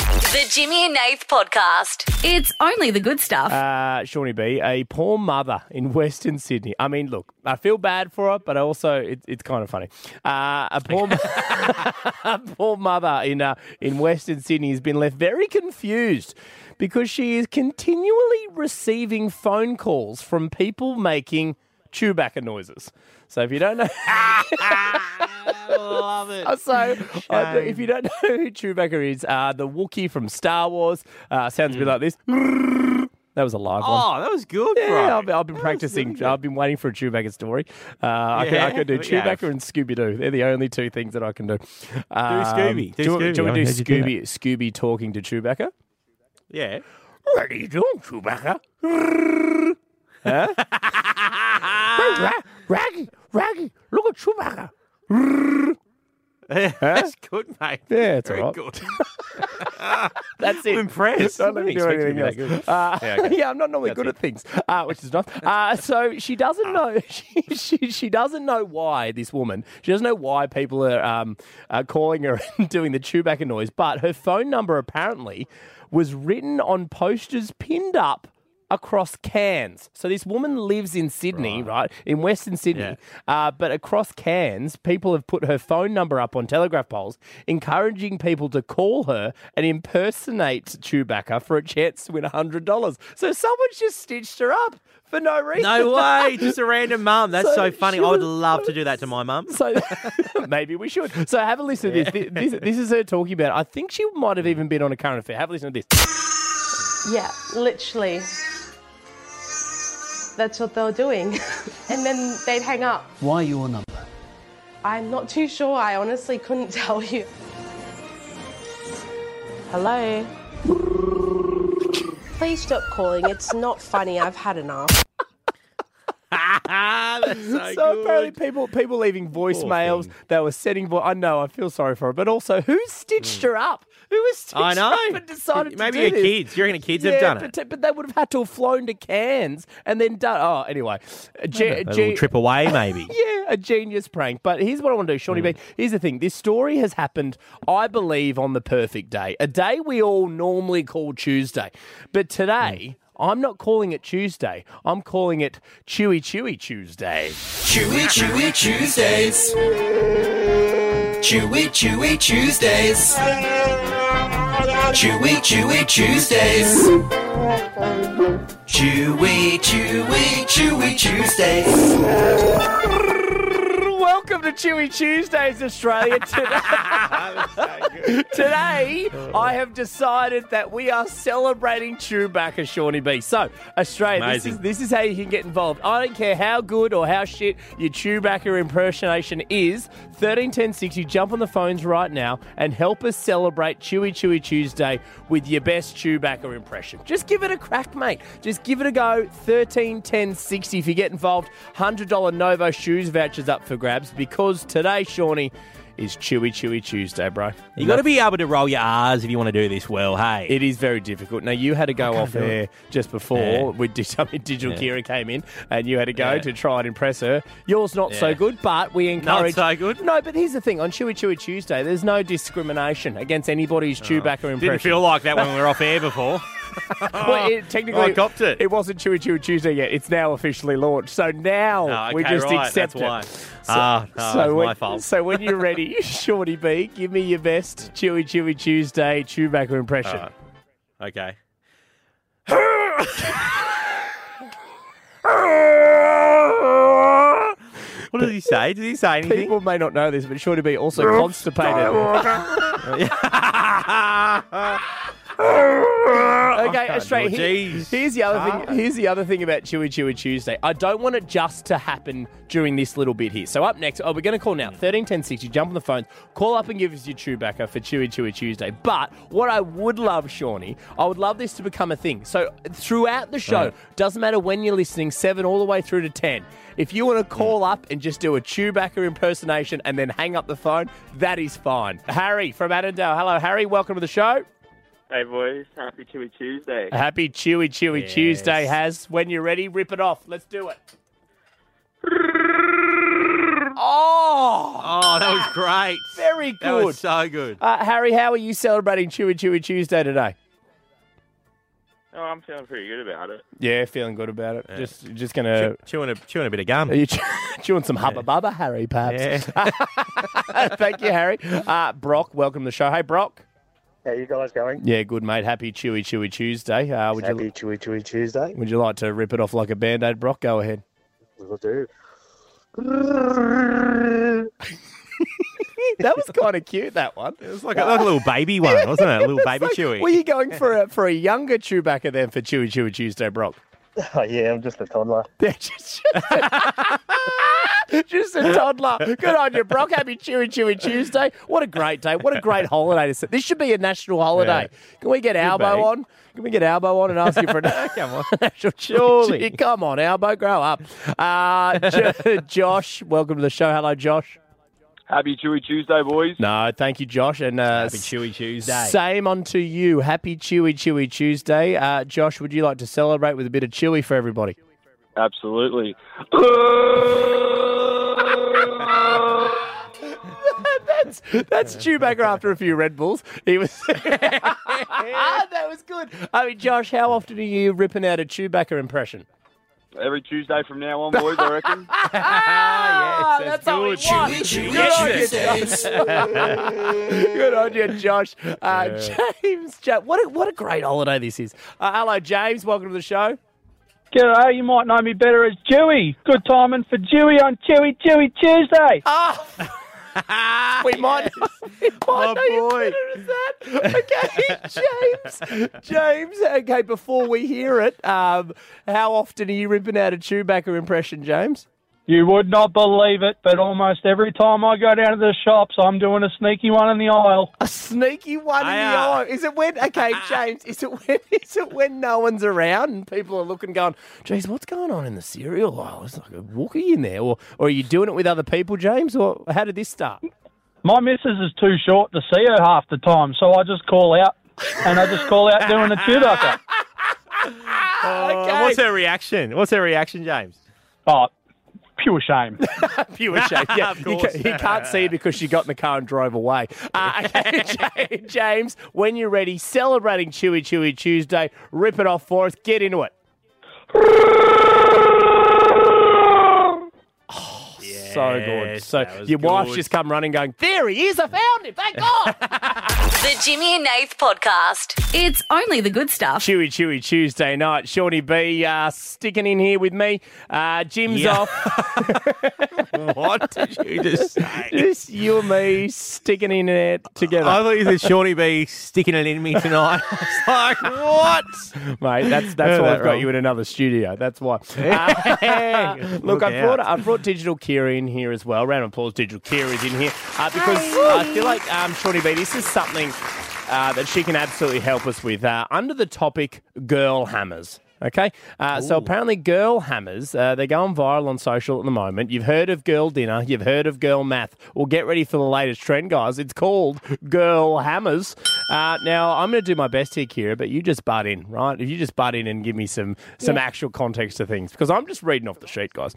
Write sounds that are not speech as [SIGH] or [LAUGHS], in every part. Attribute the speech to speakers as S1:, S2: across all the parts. S1: The Jimmy and Nath Podcast.
S2: It's only the good stuff.
S3: Uh, Shawnee B, a poor mother in [LAUGHS] Western Sydney. I mean, look, I feel bad for her, but also it, it's kind of funny. Uh, a poor, mo- [LAUGHS] a poor mother in uh, in Western Sydney has been left very confused because she is continually receiving phone calls from people making Chewbacca noises. So if you don't know,
S4: Love it.
S3: Uh, So, uh, if you don't [LAUGHS] know who Chewbacca is, uh, the Wookiee from Star Wars uh, sounds a bit like this. [LAUGHS] That was a live one.
S4: Mm. Oh, that was good, bro.
S3: Yeah, I've, I've
S4: That
S3: been
S4: was
S3: practicing.
S4: really
S3: I've been waiting for a Chewbacca story. Uh, I, can, I
S4: Yeah,
S3: can do
S4: we have.
S3: Chewbacca and Scooby Doo. They're the only two things that I can do. Um, do
S4: Scooby. Do
S3: you want-
S4: Scooby. I
S3: Do you want to do
S4: heard Oh, you do
S3: Scooby, Scooby talking to Chewbacca?
S4: good. Yeah.
S3: What are you doing, Chewbacca?
S4: [LAUGHS]
S3: huh? Raggy, Raggy, look at Chewbacca.
S4: [LAUGHS] That's good, mate.
S3: Yeah, it's
S4: Very
S3: all right. [LAUGHS]
S4: good.
S3: That's it.
S4: I'm [LAUGHS] impressed.
S3: Don't let me
S4: Didn't
S3: do
S4: expect you to
S3: anything
S4: be
S3: else.
S4: that good.
S3: Uh, [LAUGHS] yeah,
S4: Yeah, okay.
S3: I'm not normally
S4: That's
S3: good
S4: it. Ah.
S3: at things, uh, which is nice. Uh, so she doesn't know. [LAUGHS] She, she she doesn't know why this woman. She doesn't know why people are um, uh, calling her [LAUGHS] and doing the Chewbacca noise. But her phone number apparently was written on posters pinned up. Across Cairns. So this woman lives in Sydney, right? In Western Sydney. Uh, but across Cairns, people have put her phone number up on telegraph poles, encouraging people to call her and impersonate Chewbacca for a chance to win $100. So someone's just stitched her up for no reason.
S4: No
S3: [LAUGHS]
S4: way. Just a random mum. That's
S3: So
S4: so, funny.
S3: she
S4: I would
S3: was-
S4: love to do that to my mum. [LAUGHS]
S3: So [LAUGHS] maybe we should. So have a listen to this. This, this. this is her talking about. I think she might have even been on a current affair. Have a listen to this.
S5: Yeah, literally. That's what they were doing. [LAUGHS] and then they'd hang up.
S6: Why your number?
S5: I'm not too sure. I honestly couldn't [LAUGHS] tell you. Hello? Please stop calling. It's not funny. I've had enough.
S4: [LAUGHS] Ah,
S3: [LAUGHS]
S4: that's so,
S3: So
S4: good.
S3: apparently, people people leaving voicemails.
S4: thing.
S3: They were sending. Vo- I know. I feel sorry for her, but also, who stitched
S4: Hmm.
S3: her up? Who was stitched
S4: I
S3: [LAUGHS] up
S4: know.
S3: and decided
S4: Maybe your
S3: to do this?
S4: kids. You reckon your kids have done it?
S3: but, but they would have had to have flown to Cairns and then done. Oh, anyway, a ge-
S4: A
S3: ge-
S4: little trip away,
S3: [LAUGHS]
S4: maybe.
S3: yeah, a genius prank. But here's what I want to do, Shawnee B. Here's the thing: this story has happened, I believe, on the perfect day, a day we all normally call Tuesday, but today. I'm not calling it Tuesday. I'm calling it Chewy Chewy Tuesday.
S7: Chewy, chewy Tuesdays. Chewy, chewy Tuesdays. Chewy, chewy Tuesdays. Chewy, chewy, chewy Tuesdays.
S3: [LAUGHS] Welcome to Chewy Tuesdays, Australia. Today, Today, I have decided that we are celebrating Chewbacca, Shawnee B. So, Australia, this is,
S4: Amazing.
S3: this is how you can get involved. I don't care how good or how shit your Chewbacca impersonation is. 131060, jump on the phones right now and help us celebrate Chewy Chewy Tuesday with your best Chewbacca impression. Just give it a crack, mate. Just give it a go. 131060 if you get involved. $100 Novo shoes vouchers up for grabs because today, Shawnee, is Chewy Chewy Tuesday, bro.
S4: You got to be able to roll your R's if you want to do this well. Hey,
S3: It is very difficult. Now you had to go off
S4: do it.
S3: air just before
S4: Yeah.
S3: we [LAUGHS] did something. Digital
S4: Yeah.
S3: Kira came in, and you had to go
S4: Yeah.
S3: to try and impress her. Yours not so
S4: Yeah.
S3: good, but we encourage.
S4: so good?
S3: No, but here's the thing: on Chewy Chewy Tuesday, there's no discrimination against anybody's Chewbacca impression.
S4: Oh. didn't feel like that
S3: [LAUGHS]
S4: when we were off air before.
S3: well,
S4: [LAUGHS]
S3: it, technically,
S4: I copped it.
S3: It wasn't Chewy Chewy Tuesday yet. It's now officially launched. So now
S4: Oh,
S3: we
S4: okay,
S3: just
S4: right,
S3: accept
S4: that's why.
S3: it.
S4: Ah, ah, that's
S3: when,
S4: my fault.
S3: So when
S4: [LAUGHS]
S3: you're ready, Shorty B, give me your best Chewy Chewy Tuesday Chewbacca impression.
S4: Alright. Okay. what does he say? Did he say anything?
S3: People may not know this, but Shorty B also constipated.
S4: [LAUGHS]
S3: [LAUGHS] [LAUGHS] Okay,
S4: can't
S3: Australia.
S4: do it.
S3: here-
S4: Jeez.
S3: here's the other thing. Here's the other thing about Chewy Chewy Tuesday. I don't want it just to happen during this little bit here. So up next, oh, we're going to call now. Thirteen ten sixty. Jump on the phones. Call up and give us your Chewbacca for Chewy Chewy Tuesday. But what I would love, Shawnee, I would love this to become a thing. So throughout the show, doesn't matter when you're listening, seven all the way through to ten. If you want to call up and just do a Chewbacca impersonation and then hang up the phone, that is fine. Harry from Annandale. Hello, Harry. Welcome to the show.
S8: Hey boys, happy Chewy Tuesday.
S3: Happy Chewy Chewy
S4: Yes.
S3: Tuesday, Has. When you're ready, rip it off. Let's do it. Oh,
S4: Oh, that was great.
S3: very
S4: That
S3: good.
S4: was so good.
S3: uh, Harry, how are you celebrating Chewy Chewy Tuesday today?
S8: Oh, I'm feeling pretty good about it.
S3: Yeah, feeling good about it. Just just gonna.
S4: chewing, a, chewing a bit of gum.
S3: Are you [LAUGHS] chewing some hubba bubba, Harry? Perhaps. [LAUGHS] Thank you, Harry. Uh, Brock, welcome to the show. Hey, Brock.
S2: How you guys going?
S3: [LAUGHS] Yeah, good mate. Happy Chewy Chewy Tuesday. Uh, would you
S2: Happy Chewy Chewy Tuesday.
S3: Would you like to rip it off like a band aid, Brock? Go ahead.
S2: We'll do.
S3: [LAUGHS] That was kind of cute. That one.
S4: It was like a, like a little baby
S3: [LAUGHS]
S4: one, wasn't it? A little baby chewy.
S3: Were you going for a for a younger Chewbacca then for Chewy Chewy Tuesday, Brock?
S2: [LAUGHS] Oh yeah, I'm just a toddler.
S3: Yeah, [LAUGHS] just, just a toddler. Good on you, Brock. Happy Chewy Chewy Tuesday. What a great day. What a great holiday to set. This should be a national holiday. Can we get Albo
S4: be.
S3: on? Can we get Albo on and ask you for a
S4: [LAUGHS]
S3: [LAUGHS]
S4: Come on.
S3: national
S4: Surely.
S3: Chewy- Come on, Albo, grow up. Uh, Jo- [LAUGHS] Josh, welcome to the show. Hello, Josh.
S8: Happy Chewy Tuesday, boys.
S3: No, thank you, Josh. And uh,
S4: Happy Chewy Tuesday.
S3: Same unto you. Happy Chewy Chewy Tuesday. Uh, Josh, would you like to celebrate with a bit of chewy for everybody?
S8: Absolutely.
S4: [LAUGHS]
S3: That's [LAUGHS] that's Chewbacca after a few Red Bulls. He was [LAUGHS] that was good. I mean, Josh, how often are you ripping out a Chewbacca impression?
S8: Every Tuesday from now on, boys, I
S3: [LAUGHS]
S8: reckon.
S3: Ah,
S4: yes,
S3: that's,
S4: that's
S3: how we
S4: good.
S3: want.
S7: Chewy
S3: Good on
S7: Chewy
S3: you,
S7: Tuesdays.
S3: [LAUGHS] Good on you, Josh. Uh, James, Ja- what a, what a great holiday this is. Uh, hello, James. Welcome to the show.
S6: [LAUGHS] G'day, you might know me better as Chewy. Good timing for Chewy on Chewy Chewy Tuesday.
S3: We might. [LAUGHS] we might
S4: My
S3: know you
S4: boy.
S3: better as that. [LAUGHS] Okay, James. [LAUGHS] James. Okay, before we hear it, um, how often are you ripping out a Chewbacca impression, James? [LAUGHS]
S6: You would not believe it, but almost every time I go down to the shops, I'm doing a sneaky one in the aisle.
S3: A sneaky one in the
S4: Hiya.
S3: eye. Is it when?
S4: [LAUGHS]
S3: Okay, James. Is it when? Is it when no one's around and people are looking, going, "Geez, what's going on in the cereal aisle? It's like a Wookiee in there." Or, or are you doing it with other people, James? Or how did this start?
S6: My missus is too short to see her half the time, so I just call out, and I just call out doing a Chewbacca.
S4: Oh, What's her reaction? What's her reaction, James?
S6: Oh, pure shame.
S3: [LAUGHS] pure shame. Yeah,
S4: [LAUGHS] Of
S3: you,
S4: course.
S3: ca- you can't see it because she got in the car and drove away. Uh, okay, [LAUGHS] Ja- James, when you're ready, celebrating Chewy Chewy Tuesday, rip it off for us. Get into
S4: [LAUGHS]
S3: it. Oh, so good.
S4: Yes,
S3: So
S4: that was
S3: your wife's
S4: good.
S3: just come running, going, "There he is! I found him! Thank
S1: [LAUGHS]
S3: God!"
S1: The Jimmy and Nath Podcast. It's only the good stuff.
S3: Chewy Chewy Tuesday night. Shawnee B uh, sticking in here with me. Uh, Jim's
S4: Yeah.
S3: off.
S4: [LAUGHS] What did you just say?
S3: Just you and me sticking in it together.
S4: I thought you said Shawnee B sticking it in me tonight. [LAUGHS] I was like, what?
S3: Mate, that's that's
S4: Heard
S3: why
S4: that
S3: I've got
S4: wrong.
S3: you in another studio. That's why. Uh,
S4: [LAUGHS] Hey,
S3: [LAUGHS] look,
S4: look
S3: I brought
S4: out.
S3: I brought Digital Kira in here as well. Round of applause, Digital Kira is in here uh, because I feel like um, Shawnee B, this is something uh, that she can absolutely help us with uh, under the topic girl hammers. Okay, uh, so apparently girl hammers, uh, they're going viral on social at the moment. You've heard of girl dinner, you've heard of girl math. Well, get ready for the latest trend, guys. It's called girl hammers. Uh, now, I'm going to do my best here, Kira, but you just butt in, right? If you just butt in and give me some, some actual context to things, because I'm just reading off the sheet, guys.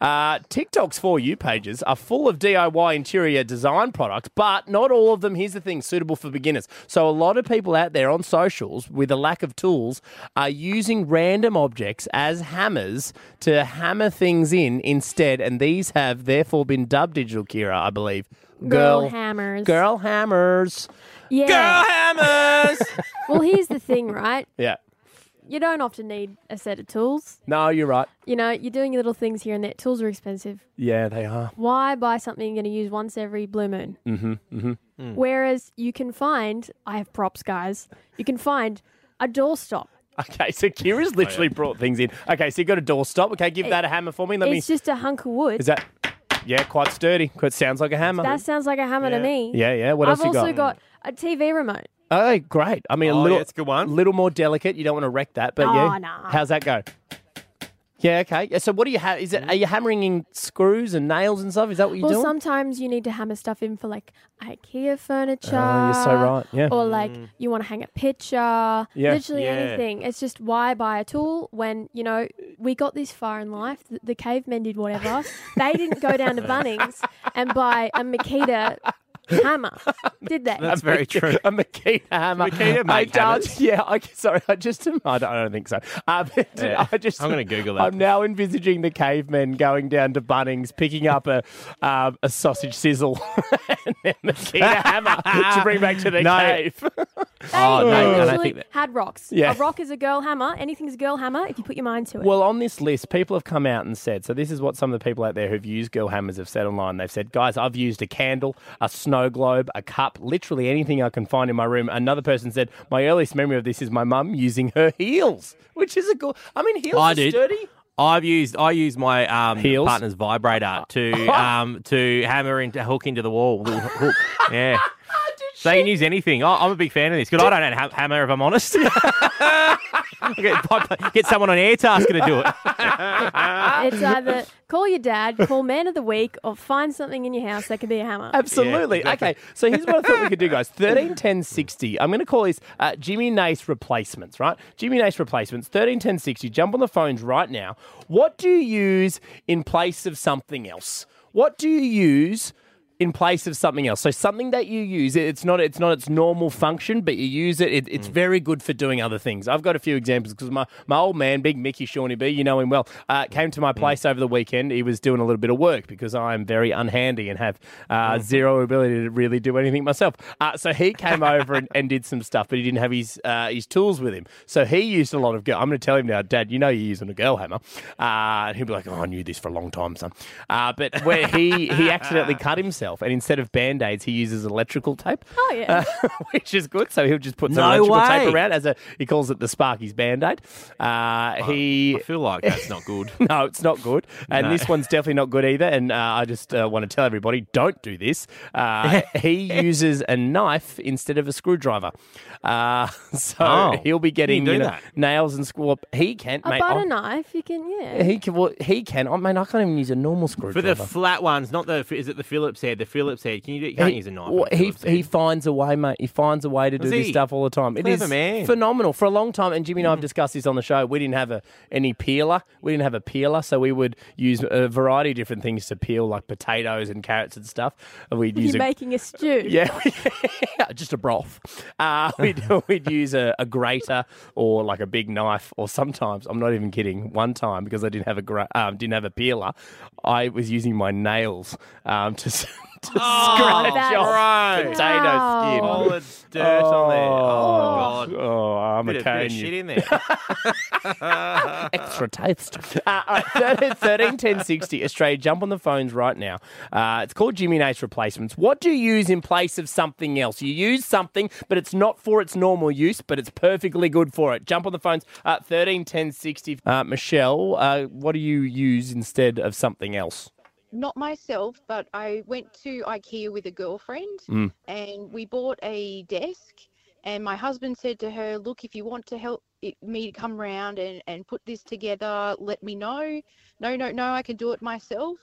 S3: Uh, TikTok's For You pages are full of DIY interior design products, but not all of them, here's the thing, suitable for beginners. So a lot of people out there on socials with a lack of tools are using random objects as hammers to hammer things in instead, and these have therefore been dubbed digital Kira, I believe.
S9: Girl hammers.
S3: Girl hammers.
S9: Yeah.
S4: hammers.
S9: [LAUGHS] Well, here's the thing, right?
S3: Yeah.
S9: You don't often need a set of tools.
S3: No, you're right.
S9: You know, you're doing your little things here and there. Tools are expensive.
S3: Yeah, they are.
S9: Why buy something you're going to use once every blue moon? Mm-hmm.
S3: Hmm.
S9: mm-hmm.
S4: Hmm.
S9: Whereas you can find, I have props, guys. You can find a doorstop.
S3: Okay, so Kira's
S4: Oh,
S3: literally brought things in. Okay, so you got a doorstop. Okay, give that a hammer for me. Let me.
S9: It's just a hunk of wood.
S3: Is that? Yeah, quite sturdy. Quite sounds like a hammer.
S9: that sounds like a hammer to me.
S3: yeah, yeah. What else
S9: I've
S3: you got? Hmm.
S9: also got a TV remote.
S3: Oh, great. I mean, a
S4: Oh,
S3: little,
S4: yeah, it's a good one.
S3: little more delicate. You don't want to wreck that, but
S9: Oh,
S3: yeah.
S9: nah.
S3: How's that go? Yeah, okay. Yeah, so what do you have? Is it? Are you hammering in screws and nails and stuff? Is that what you're
S9: well,
S3: doing?
S9: sometimes you need to hammer stuff in for like IKEA furniture.
S3: Oh, you're so right, yeah.
S9: Or like you want to hang a picture. Literally
S4: Mm. Yeah.
S9: anything. It's just why buy a tool when you know we got this far in life. The, the cavemen did
S3: [LAUGHS]
S9: whatever. they didn't go down to Bunnings and buy a Makita hammer, did they?
S4: That's very
S3: Makita-
S4: true.
S3: [LAUGHS] A Makita hammer.
S4: Makita
S3: I
S4: make
S3: don't,
S4: hammers.
S3: yeah, I, [LAUGHS] sorry, I just, I don't, I don't think so. Uh, but
S4: Yeah.
S3: [LAUGHS] I just,
S4: I'm gonna Google that.
S3: I'm now envisaging the cavemen going down to Bunnings, picking up a um, a sausage sizzle [LAUGHS] and then
S4: [LAUGHS]
S3: the Makita hammer to bring back to their
S4: No.
S3: cave. [LAUGHS]
S9: They
S4: Oh, no, I don't
S9: actually
S4: think that-
S9: had rocks.
S3: Yeah.
S9: A rock is a girl hammer. Anything's a girl hammer if you put your mind to it.
S3: Well, on this list, people have come out and said, so this is what some of the people out there who've used girl hammers have said online. They've said, guys, I've used a candle, a snow globe, a cup, literally anything I can find in my room. Another person said, my earliest memory of this is my mum using her heels, which is a good, I mean, heels
S4: I
S3: are
S4: did.
S3: sturdy.
S4: I've used I use my um,
S3: Heels?
S4: partner's
S3: Uh,
S4: vibrator
S3: [LAUGHS]
S4: to um, to hammer into hook into the wall. Little hook. Yeah. So you can use anything. I, I'm a big fan of this because I don't know how to ha- hammer if I'm honest.
S3: [LAUGHS]
S4: [LAUGHS] get, get someone on AirTasker to do it.
S9: it's either call your dad, call man of the week, or find something in your house that could be a hammer.
S3: Absolutely.
S4: Yeah, exactly.
S3: Okay, so here's what I thought we could do, guys. 13, 10, 60. I'm going to call this uh, Jimmy Nace replacements, right? Jimmy Nace replacements, 13, 10, 60. Jump on the phones right now. What do you use in place of something else? What do you use? In place of something else, so something that you use, it- it's not it's not its normal function, but you use it. it it's very good for doing other things. I've got a few examples because my, my old man, Big Mickey Shawnee B, you know him well, uh, came to my place over the weekend. He was doing a little bit of work because I am very unhandy and have uh, zero ability to really do anything myself. Uh, so he came over and, and did some stuff, but he didn't have his uh, his tools with him. So he used a lot of girl. I'm going to tell him now, Dad, you know you're using a girl hammer. Uh, and he'll be like, Oh, I knew this for a long time, son. Uh, but where he he accidentally cut himself, and instead of band aids, he uses electrical tape.
S9: Oh, yeah.
S3: Uh, [LAUGHS] which is good. So he'll just put some
S4: No
S3: electrical
S4: way.
S3: tape around as a he calls it the Sparky's band aid. Uh,
S4: I
S3: he
S4: feel like that's not good.
S3: [LAUGHS] no, it's not good. And
S4: No.
S3: this one's definitely not good either. And uh, I just uh, want to tell everybody don't do this. Uh, he uses a knife instead of a screwdriver. Uh, [LAUGHS] so
S4: Oh.
S3: he'll be getting
S4: do
S3: you know,
S4: that.
S3: nails and screw up. He can't,
S9: A
S3: mate.
S9: butter
S3: I-
S9: knife, you can, yeah.
S3: he can. Well, he can. oh, I mean, I can't even use a
S4: [LAUGHS]
S3: normal
S4: For
S3: screwdriver.
S4: the flat ones, not the is it the Phillips head? The Phillips head. Can you, do, you can't
S3: he,
S4: use a knife.
S3: well,
S4: on a
S3: he,
S4: Phillips head.
S3: he finds a way, mate. He finds a way to do
S4: Does
S3: this
S4: he?
S3: stuff all the time. it
S4: Clever
S3: is
S4: man. Mm.
S3: phenomenal for a long time. And Jimmy and I have discussed this on the show. We didn't have a, any peeler. We didn't have a peeler, so we would use a variety of different things to peel, like potatoes and carrots and stuff. And We'd use
S9: You're
S3: a,
S9: making a stew.
S3: [LAUGHS] yeah, we- just a broth. Uh, [LAUGHS]
S4: [LAUGHS]
S3: we'd, we'd use a, a grater or like a big knife, or sometimes I'm not even kidding. One time because I didn't have a gra- um, didn't have a peeler, I was using my nails um, to s- [LAUGHS] to
S4: Oh,
S3: scratch
S9: that's
S3: off
S4: gross.
S3: potato
S9: Wow.
S3: skin.
S4: all the dirt on there. Oh,
S3: Oh,
S4: god.
S3: oh, I'm
S4: Bit
S3: a
S4: of, bit of
S3: cane.
S4: shit
S3: You
S4: in there.
S3: [LAUGHS] extra taste. Uh, all right, [LAUGHS] 13, 13, 10, 60. Australia, jump on the phones right now. Uh, it's called Jimmy Nace replacements. What do you use in place of something else? You use something, but it's not for its normal use, but it's perfectly good for it. Jump on the phones. Uh, 13, 10, 60. Uh, Michelle, uh, what do you use instead of something else?
S10: not myself, but I went to IKEA with a girlfriend
S3: [LAUGHS] Mm.
S10: and we bought a desk. And my husband said to her, Look, if you want to help it, me to come round and, and put this together, let me know. No, no, no, I can do it myself.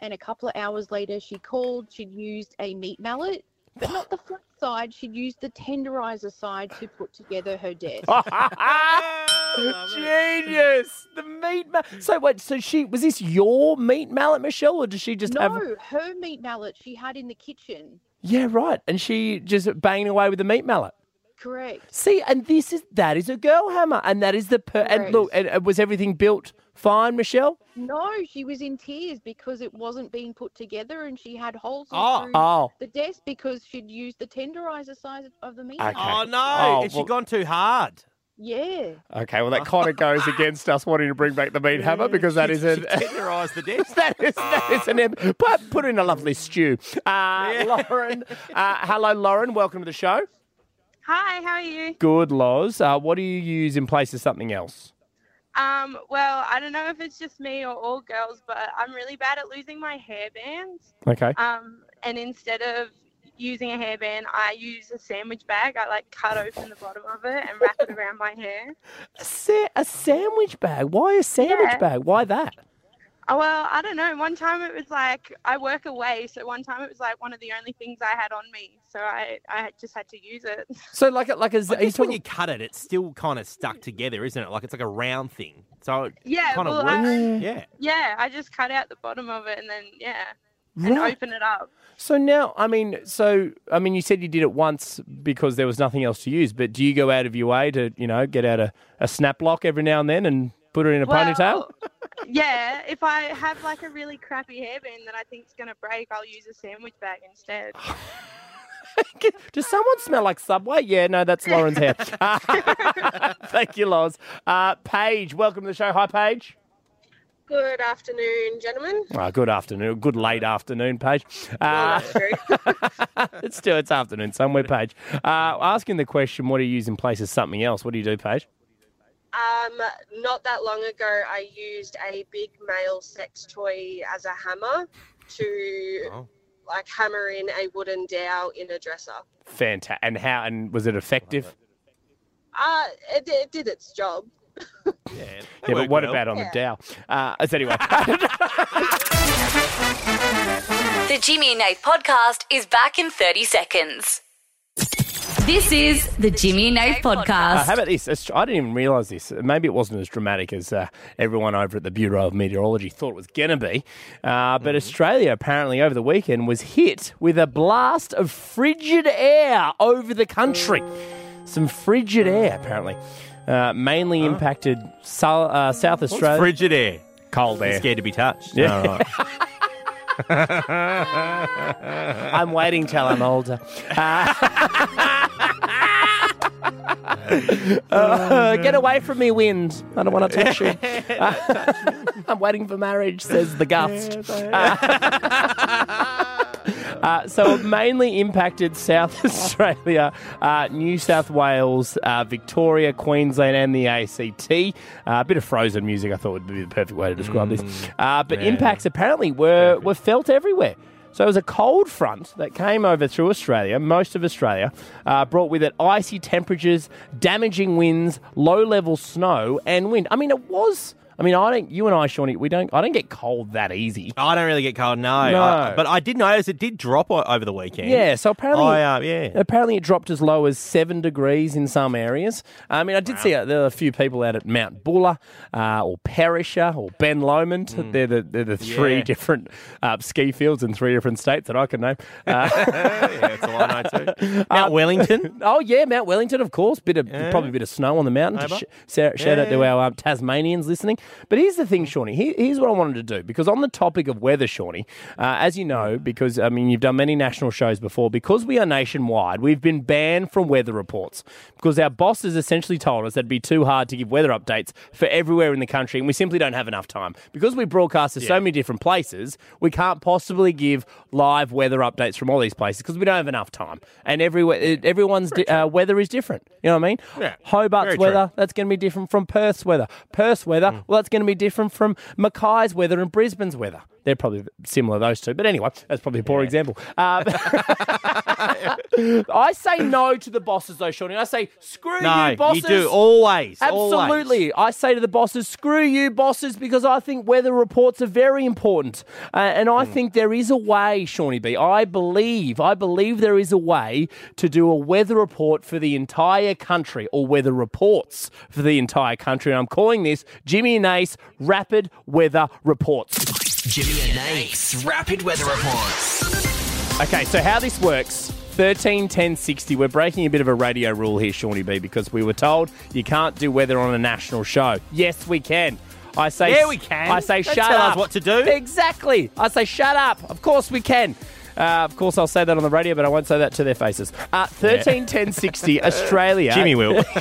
S10: And a couple of hours later, she called. She'd used a meat mallet, but not the flat side. She'd used the tenderizer side to put together her desk.
S3: Oh, Genius! The meat mallet. So wait, so she was this your meat mallet, Michelle, or does she just
S10: no,
S3: have?
S10: her meat mallet she had in the kitchen.
S3: Yeah, right. And she just banging away with the meat mallet.
S10: Correct.
S3: See, and this is that is a girl hammer, and that is the per- and
S10: Right.
S3: look, and, and was everything built fine, Michelle?
S10: No, she was in tears because it wasn't being put together and she had holes
S4: Oh.
S10: all through
S3: Oh,
S10: the desk because she'd used the tenderizer size of the meat.
S3: Okay.
S4: Oh no!
S3: Oh,
S4: Has
S3: well-
S4: she gone too hard?
S10: Yeah.
S3: okay. Well, that kind of goes against us wanting to bring back the meat hammer because that is
S4: She
S3: an
S4: tenderised
S3: [LAUGHS]
S4: the desk.
S3: that is that is an em- but put in a lovely stew. Uh, Lauren, uh, hello, Lauren. Welcome to the show.
S11: Hi, how are you?
S3: Good, Loz. Uh, what do you use in place of something else?
S11: Um, well, I don't know if it's just me or all girls, but I'm really bad at losing my hairbands.
S3: Okay.
S11: Um, and instead of using a hairband, I use a sandwich bag. I like cut open the bottom of it and wrap it around my hair.
S3: A, sa- a sandwich bag. Why a sandwich
S11: Yeah.
S3: bag? Why that?
S11: Oh, well, I don't know. One time it was like I work away, so one time it was like one of the only things I had on me, so I I just had to use it. [LAUGHS]
S3: So like a, like a,
S4: I guess when you cut it, it's still kind of stuck together, isn't it? Like it's like a round thing. So it
S11: Yeah,
S4: kind of
S11: well,
S4: works.
S11: I-
S4: yeah.
S11: Yeah, I just cut out the bottom of it and then yeah, and
S3: Right.
S11: open it up.
S3: So now, I mean, so I mean, you said you did it once because there was nothing else to use. But do you go out of your way to, you know, get out a, a snap lock every now and then and put it in a
S11: Well,
S3: ponytail? [LAUGHS]
S11: yeah, if I have like a really crappy hairband that I think's gonna break, I'll use a sandwich bag instead.
S3: Does someone smell like Subway? Yeah, no, that's Lauren's hair. [LAUGHS] Thank you, Loz. Uh, Paige, welcome to the show. Hi, Paige.
S12: Good afternoon, gentlemen.
S3: Ah, good afternoon. Good late afternoon, Paige. Uh, [LAUGHS] it's still it's afternoon somewhere, Paige. Uh, asking the question, what do you use in place of something else? What do you do, Paige?
S12: Um, not that long ago, I used a big male sex toy as a hammer to like hammer in a wooden dowel in a dresser.
S3: Fantastic. And how? And was it effective?
S12: Uh, it, it did its job.
S3: Yeah, but
S4: worked
S3: what
S4: well.
S3: about on the Dow? Uh, so anyway, [LAUGHS]
S1: The Jimmy and Nate podcast is back in 30 seconds. This is the Jimmy and Nate
S3: uh,
S1: podcast.
S3: how about this? It's- I didn't even realise this. Maybe it wasn't as dramatic as uh, everyone over at the Bureau of Meteorology thought it was going to be. Uh,
S4: Mm-hmm.
S3: but Australia apparently over the weekend was hit with a blast of frigid air over the country. Some frigid air, apparently. Uh, mainly impacted Sou- uh, South
S4: Oh.
S3: Australia.
S4: frigid air?
S3: Cold air.
S4: Scared to be touched.
S3: Yeah.
S4: All right.
S3: [LAUGHS] I'm waiting till I'm older. Uh, uh, get away from me, wind. I don't want to touch
S4: [LAUGHS]
S3: [LAUGHS] you. I'm waiting for marriage, says the gust. [LAUGHS] Uh, so it mainly impacted South [LAUGHS] Australia, uh, New South Wales, uh, Victoria, Queensland, and the ACT. Uh, a bit of frozen music, I thought, would be the perfect way to describe this. Uh, but
S4: Yeah.
S3: impacts apparently were, were felt everywhere. So it was a cold front that came over through Australia, most of Australia, uh, brought with it icy temperatures, damaging winds, low-level snow, and wind. I mean, it was. I mean, I don't. You and I, Shawnee, we don't. I don't get cold that easy.
S4: I don't really get cold, no.
S3: No.
S4: I- but I did notice it did drop o- over the weekend.
S3: Yeah, so apparently,
S4: I, uh, yeah.
S3: apparently it dropped as low as seven degrees in some areas. I mean, I did see uh there were a few people out at Mount Buller uh, or Perisher or Ben Lomond. They're the they're the three
S4: Mm. Yeah.
S3: different uh, ski fields in three different states that I can name. Uh,
S4: yeah, that's all I know too. [LAUGHS]
S3: [LAUGHS]
S4: Mount
S3: Wellington. oh yeah, Mount Wellington, of course. Bit of
S4: Yeah.
S3: probably a bit of snow on the mountain. to
S4: Neighbour.
S3: sh- shout, shout out to
S4: Yeah.
S3: our um, Tasmanians listening. But here's the thing, Shawnee. Here, here's what I wanted to do because on the topic of weather, Shawnee, uh, as you
S4: Mm.
S3: know, because I mean you've done many national shows before. Because we are nationwide, we've been banned from weather reports because our bosses essentially told us that'd be too hard to give weather updates for everywhere in the country, and we simply don't have enough time because we broadcast to so many different places. We can't possibly give live weather updates from all these places because we don't have enough time, and everywhere it- everyone's di- uh, weather is different. You know what I mean?
S4: Yeah.
S3: Hobart's
S4: Very true. Mm.
S3: weather that's going to be different from Perth's weather. Perth's weather, well, that's going to be different from Mackay's weather and Brisbane's weather. They're probably similar, those two. But anyway, that's probably a poor example.
S4: [LAUGHS]
S3: Uh, I say no to the bosses, though, Shawnee. I say, screw
S4: No,
S3: you,
S4: you
S3: bosses.
S4: do, always, always.
S3: Absolutely. I say to the bosses, screw you, bosses, because I think weather reports are very important. Uh, and
S4: Hmm.
S3: I think there is a way, Shawnee B. I believe, I believe there is a way to do a weather report for the entire country or weather reports for the entire country. And I'm calling this Jimmy and Ace Rapid Weather Reports.
S7: Jimmy and Nate's Rapid Weather Reports.
S3: Okay, so how this works. 13 10 60. We're breaking a bit of a radio rule here, Shawnee B, because we were told you can't do weather on a national show. Yes, we can. I say
S4: Yeah, we can.
S3: I say
S4: Don't
S3: shut
S4: tell
S3: up.
S4: us what to do.
S3: Exactly. I say shut up. Of course we can. Uh, of course, I'll say that on the radio, but I won't say that to their faces. Uh, 13 10 60, Australia.
S4: Jimmy will.
S3: [LAUGHS]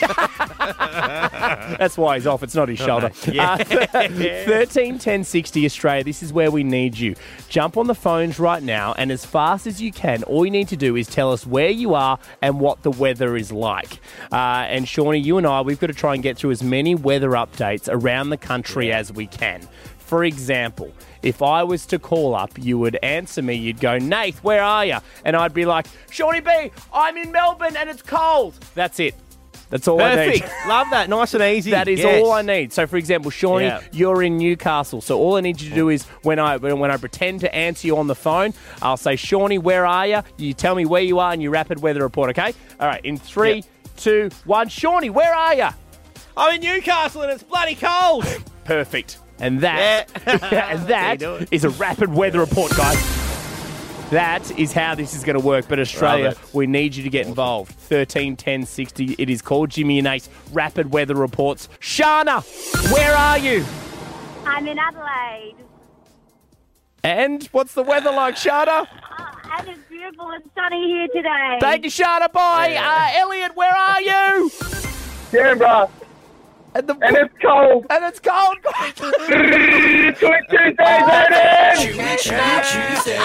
S3: That's why he's off. It's not his shoulder.
S4: Yeah.
S3: Uh, [LAUGHS] 13 10 60 Australia. This is where we need you. Jump on the phones right now, and as fast as you can, all you need to do is tell us where you are and what the weather is like. Uh, and Shawnee, you and I, we've got to try and get through as many weather updates around the country as we can. For example, if I was to call up, you would answer me. You'd go, Nath, where are you? And I'd be like, Shawnee B, I'm in Melbourne and it's cold. That's it. That's all
S4: Perfect.
S3: I need.
S4: Love that. Nice and easy.
S3: That is
S4: Yes.
S3: all I need. So, for example, Shawnee,
S4: Yeah.
S3: you're in Newcastle. So all I need you to do is when I when when I pretend to answer you on the phone, I'll say, Shawnee, where are you? You tell me where you are, and you rapid weather report. Okay. All right. In three, two, one. Shawnee, where are you?
S4: I'm in Newcastle and it's bloody cold.
S3: [GASPS] Perfect. And that [LAUGHS]
S4: [LAUGHS]
S3: and that is a rapid weather report, guys. That is how this is going to work. But Australia,
S4: Love
S3: we need you to get involved. 13 10 60. It is called Jimmy and Ace Rapid Weather Reports. Shana, where are you?
S13: I'm in Adelaide,
S3: And what's the weather like, Shana?
S13: and it's beautiful and sunny here today.
S3: Thank you, Shana. Bye. Uh, Elliot, where are you?
S14: Yeah, bro.
S3: And, the,
S14: and it's cold.
S3: And
S14: [LAUGHS]
S3: it's cold.
S14: Twitch Tuesdays,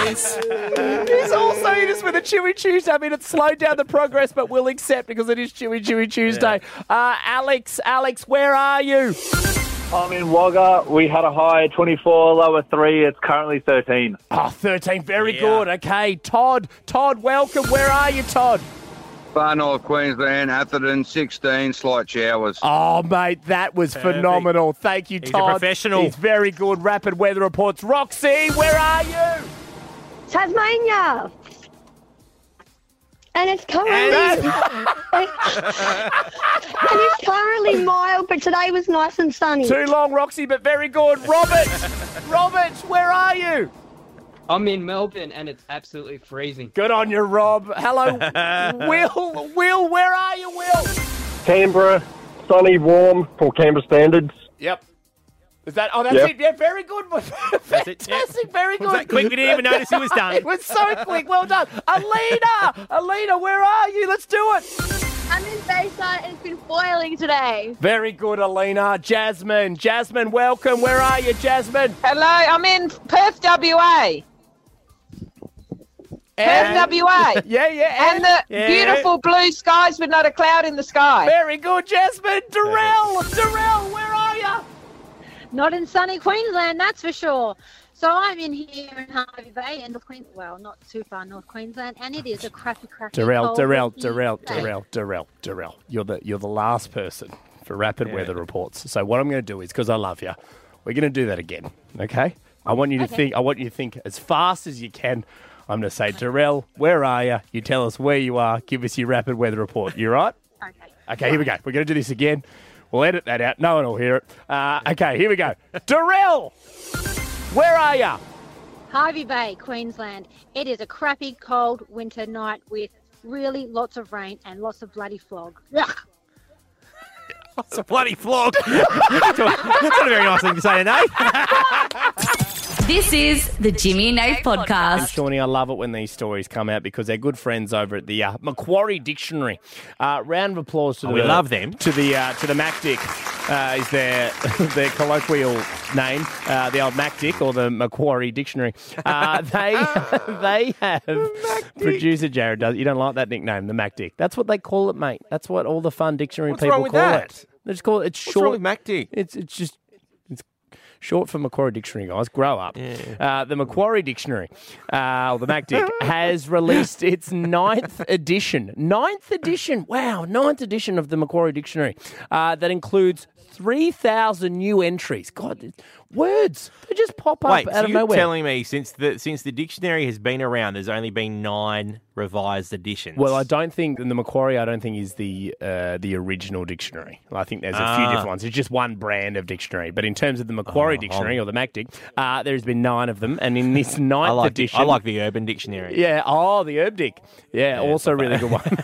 S3: He's also in us with a Chewy Tuesday. I mean, it's slowed down the progress, but we'll accept because it is Chewy Chewy Tuesday. Uh, Alex, Alex, where are you?
S15: I'm in Wagga. We had a high 24, lower 3. It's currently 13.
S6: Ah.
S3: Oh, 13. Very good. Okay, Todd. Todd, welcome. Where are you, Todd?
S16: Far North Queensland, Atherton, 16 slight showers.
S3: Oh, mate, that was
S16: Perfect.
S3: phenomenal. Thank you,
S16: He's a
S3: Todd.
S16: professional.
S3: He's very good. Rapid weather reports. Roxy, where are you?
S17: Tasmania. And it's currently [LAUGHS] and it's currently mild, but today was nice and sunny.
S3: Too long, Roxy, but very good. Robert, Robert, where are you?
S18: I'm in Melbourne and it's absolutely freezing.
S3: Good on you, Rob.
S7: [LAUGHS]
S4: [LAUGHS]
S3: Hello, Will. Will, where are you, Will?
S14: Canberra, sunny, warm for Canberra standards.
S3: Yep. Is that? Oh, that's
S14: Yep.
S3: it. Yeah, very good. [LAUGHS] Fantastic. Very good.
S4: Was that quick? We didn't even notice it was done.
S3: [LAUGHS] it was so quick. Well done, Alina. Alina, where are you? Let's do it.
S17: I'm in Bayside and it's been boiling today.
S3: Very good, Alina. Jasmine. Jasmine, welcome. Where are you, Jasmine?
S19: Hello, I'm in Perth, WA.
S3: And-
S19: Perth,
S3: [LAUGHS]
S19: WA. [LAUGHS]
S3: Yeah, yeah.
S19: And, the
S3: Yeah.
S19: beautiful blue skies with not a cloud in the sky.
S3: Very good, Jasmine. Darrell, Darrell, where are you?
S20: [LAUGHS] Not in sunny Queensland, that's for sure. So I'm in here in Harvey Bay and North Queensland, well, not too far North Queensland, and it is a crappy, crappy
S3: Darrell,
S20: cold
S3: Darrell,
S20: winter
S3: Darrell,
S20: day.
S3: Darrell, Darrell, Darrell. You're the you're the last person for rapid weather reports. So what I'm going to do is because I love you, we're going to do that again. Okay? I want you to
S20: Okay.
S3: think. I want you to think as fast as you can. I'm going to say, Darrell, where are you? You tell us where you are. Give us your rapid weather report. You right? Okay. Okay. Here we go. We're going to do this again. We'll edit that out. No one will hear it. Uh, okay. Here we go. Darrell, where are you?
S20: Harvey Bay, Queensland. It is a crappy, cold winter night with really lots of rain and lots of bloody fog. Ugh.
S4: It's a bloody flog. [LAUGHS] that's, not, that's not a very nice thing to say, eh?
S1: This is the Jimmy and Nate
S3: And
S1: podcast.
S3: Shawnee, I love it when these stories come out because they're good friends over at the uh, Macquarie Dictionary. Uh, round of applause to
S4: Oh,
S3: the,
S4: we love them.
S3: to the uh, to the MacDic uh, is their [LAUGHS] their colloquial name, uh, the old MacDic or the Macquarie Dictionary.
S4: [LAUGHS]
S3: Uh, they [LAUGHS] they have producer Jared does. You don't like that nickname, the MacDic. That's what they call it, mate. That's what all the fun dictionary
S4: What's
S3: people
S4: wrong with
S3: call
S4: that?
S3: it. They just call it. It's
S4: What's
S3: short
S4: wrong with MacDic?
S3: It's it's just short for Macquarie Dictionary, guys. Grow up. Uh, the Macquarie Dictionary, uh, or the
S4: [LAUGHS]
S3: MacDic, has released its ninth edition. Ninth edition. Wow, ninth edition of the Macquarie Dictionary uh, that includes 3,000 new entries. God, it- words. They just pop up
S4: Wait,
S3: out
S4: so
S3: of
S4: you're
S3: nowhere.
S4: telling me since the since the dictionary has been around, there's only been nine revised editions.
S3: well, I don't think the Macquarie. I don't think is the uh, the original dictionary. I think there's a few
S4: Ah.
S3: different ones. It's just one brand of dictionary. But in terms of the
S4: Oh,
S3: Macquarie Dictionary or the MacDic, uh, there's been nine of them, and
S4: [LAUGHS]
S3: in this ninth
S4: I like the,
S3: edition,
S4: I like the Urban Dictionary.
S3: Yeah. Oh, the herb dick. Yeah, also really good one.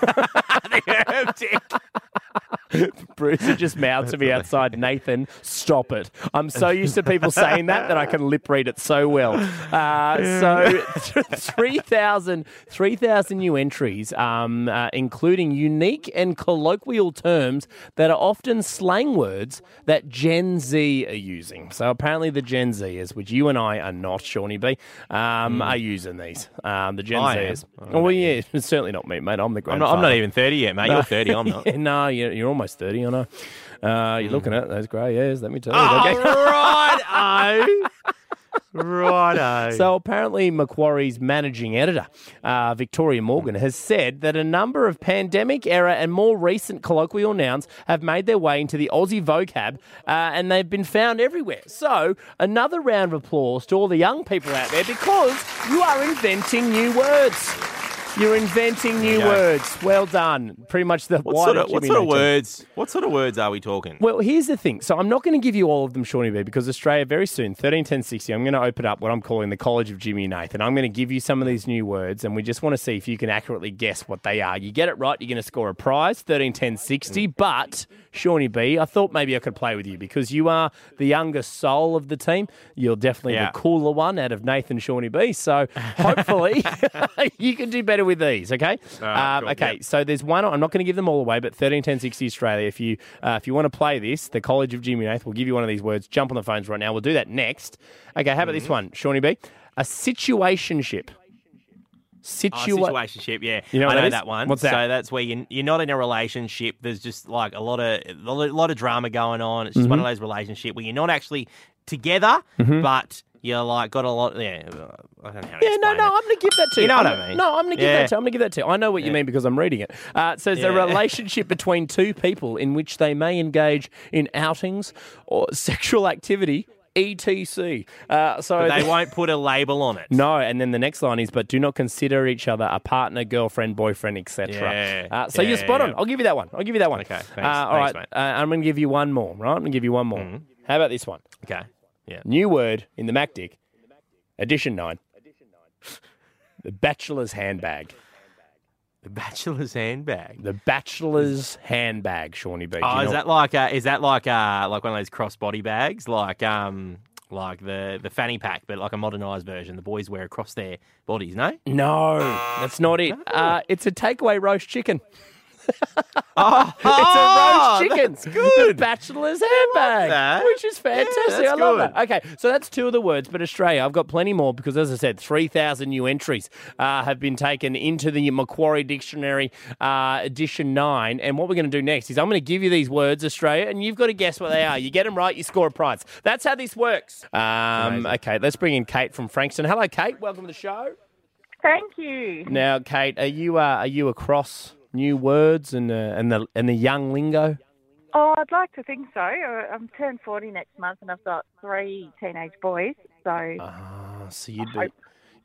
S3: Bruce just mouths to me outside. Nathan, stop it. I'm so used to people saying that that I can lip read it so well. Uh, so 3,000 3,000 new entries, um, uh, including unique and colloquial terms that are often slang words that Gen Z are using. So apparently the Gen Zers, which you and I are not, Shawnee B, um, are using these. Um, the Gen
S4: Hmm. I am.
S3: Zers. Oh, well, yeah, [LAUGHS] it's certainly not me, mate. I'm the
S4: I'm not- I'm not even 30 yet,
S3: [LAUGHS]
S4: mate. You're
S3: No.
S4: 30, I'm not. Hmm.
S3: Yeah, no, you're, you're almost 30, I know.
S4: Oh,
S3: [LAUGHS] Uh, you're looking at those grey hairs, let me tell you.
S4: All right, Righto.
S3: [LAUGHS] So apparently, Macquarie's managing editor, uh, Victoria Morgan, has said that a number of pandemic era and more recent colloquial nouns have made their way into the Aussie vocab, uh, and they've been found everywhere. So another round of applause to all the young people out there because you are inventing new words. You're inventing new
S21: you go.
S3: words. Well done. Pretty much the
S21: What
S3: why
S21: sort
S3: did
S21: of, what
S3: Jimmy
S21: sort of
S3: know Jimmy?
S21: words? What sort of words are we talking?
S3: Well, here's the thing. So I'm not going to give you all of them, Shawnee B, because Australia very soon, 13, 10, 60, I'm going to open up what I'm calling the College of Jimmy and Nathan. I'm going to give you some of these new words, and we just want to see if you can accurately guess what they are. You get it right, you're going to score a prize, 13, 10, 60. But, Shawnee B, I thought maybe I could play with you because you are the younger soul of the team. You're definitely
S4: Yeah.
S3: the cooler one out of Nathan Shawnee B.
S4: [LAUGHS]
S3: So hopefully [LAUGHS] you can do better with these, okay?
S4: right,
S3: Um,
S4: cool,
S3: okay, so there's one. I'm not going to give them all away, but 13, 10, 60 Australia. If you uh, if you want to play this, the College of Jimmy Nath will give you one of these words. Jump on the phones right now. We'll do that next. Okay, how about this
S4: Mm-hmm.
S21: Mhm.
S3: one, Shawnee B? A situationship.
S4: Ah,
S21: Oh,
S3: Situa-
S21: situationship, yeah.
S3: You know what
S21: I know
S3: that
S21: that,
S3: is?
S21: one.
S3: What's that?
S21: So that's where you, you're not in a relationship. There's just like a lot of a lot of drama going on. It's just one of
S3: Mm-hmm.
S4: Mhm.
S21: those relationship where you're not actually together,
S4: Mhm.
S21: but you're like got a lot. Yeah, I don't know. How to
S3: Yeah, no, no, I'm going to give that to you.
S21: You know what
S3: I'm-
S21: I mean?
S3: No, I'm going to give
S21: Yeah.
S3: that to you. I'm going to give that to you. I know what you mean because I'm reading it. Uh, it says a
S21: Yeah. [LAUGHS]
S3: relationship between two people in which they may engage in outings or [LAUGHS] sexual activity, etc. Uh, so
S21: But they won't put a label on it.
S3: [LAUGHS] No, and then the next line is, but do not consider each other a partner, girlfriend, boyfriend, etc.
S21: Yeah.
S3: Uh, so
S21: Yeah,
S3: you're spot
S21: yeah,
S3: on.
S21: yeah.
S3: I'll give you that one. I'll give you that one.
S21: Okay,
S3: Uh,
S21: thanks.
S3: all right.
S21: Thanks, mate. Mm-hmm.
S3: Uh, I'm going to give you one more. Right. I'm going to give you one more. How about this one?
S21: Okay. Yeah.
S3: New word in the MacDic, edition nine. The bachelor's handbag.
S21: The bachelor's handbag.
S3: The bachelor's handbag, Shawnee B. Do you
S21: Oh,
S3: know-
S21: is that like uh, is that like uh, like one of those crossbody bags, like um, like the the fanny pack, but like a modernised version. The boys wear across their bodies. No.
S3: No, that's not it. Uh, it's a takeaway roast chicken. [LAUGHS]
S21: [LAUGHS]
S4: Oh,
S3: it's a roast chicken.
S4: that's good.
S3: The bachelor's handbag,
S4: that.
S3: which is fantastic.
S4: that's
S3: I love
S4: good.
S3: that. Okay, so that's two of the words, but Australia, I've got plenty more because, as I said, 3,000 new entries uh, have been taken into the Macquarie Dictionary uh, Edition 9. And what we're going to do next is I'm going to give you these words, Australia, and you've got to guess what they are. You get them right, you score a prize. That's how this works. Um, okay, let's bring in Kate from Frankston. Hello, Kate. Welcome to the show.
S22: Thank you.
S3: Now, Kate, are you uh, are you across new words and uh, and the and the young lingo?
S22: Oh, I'd like to think so. I- I'm turned 40 next month and I've got three teenage boys. So,
S3: Ah, so you'd be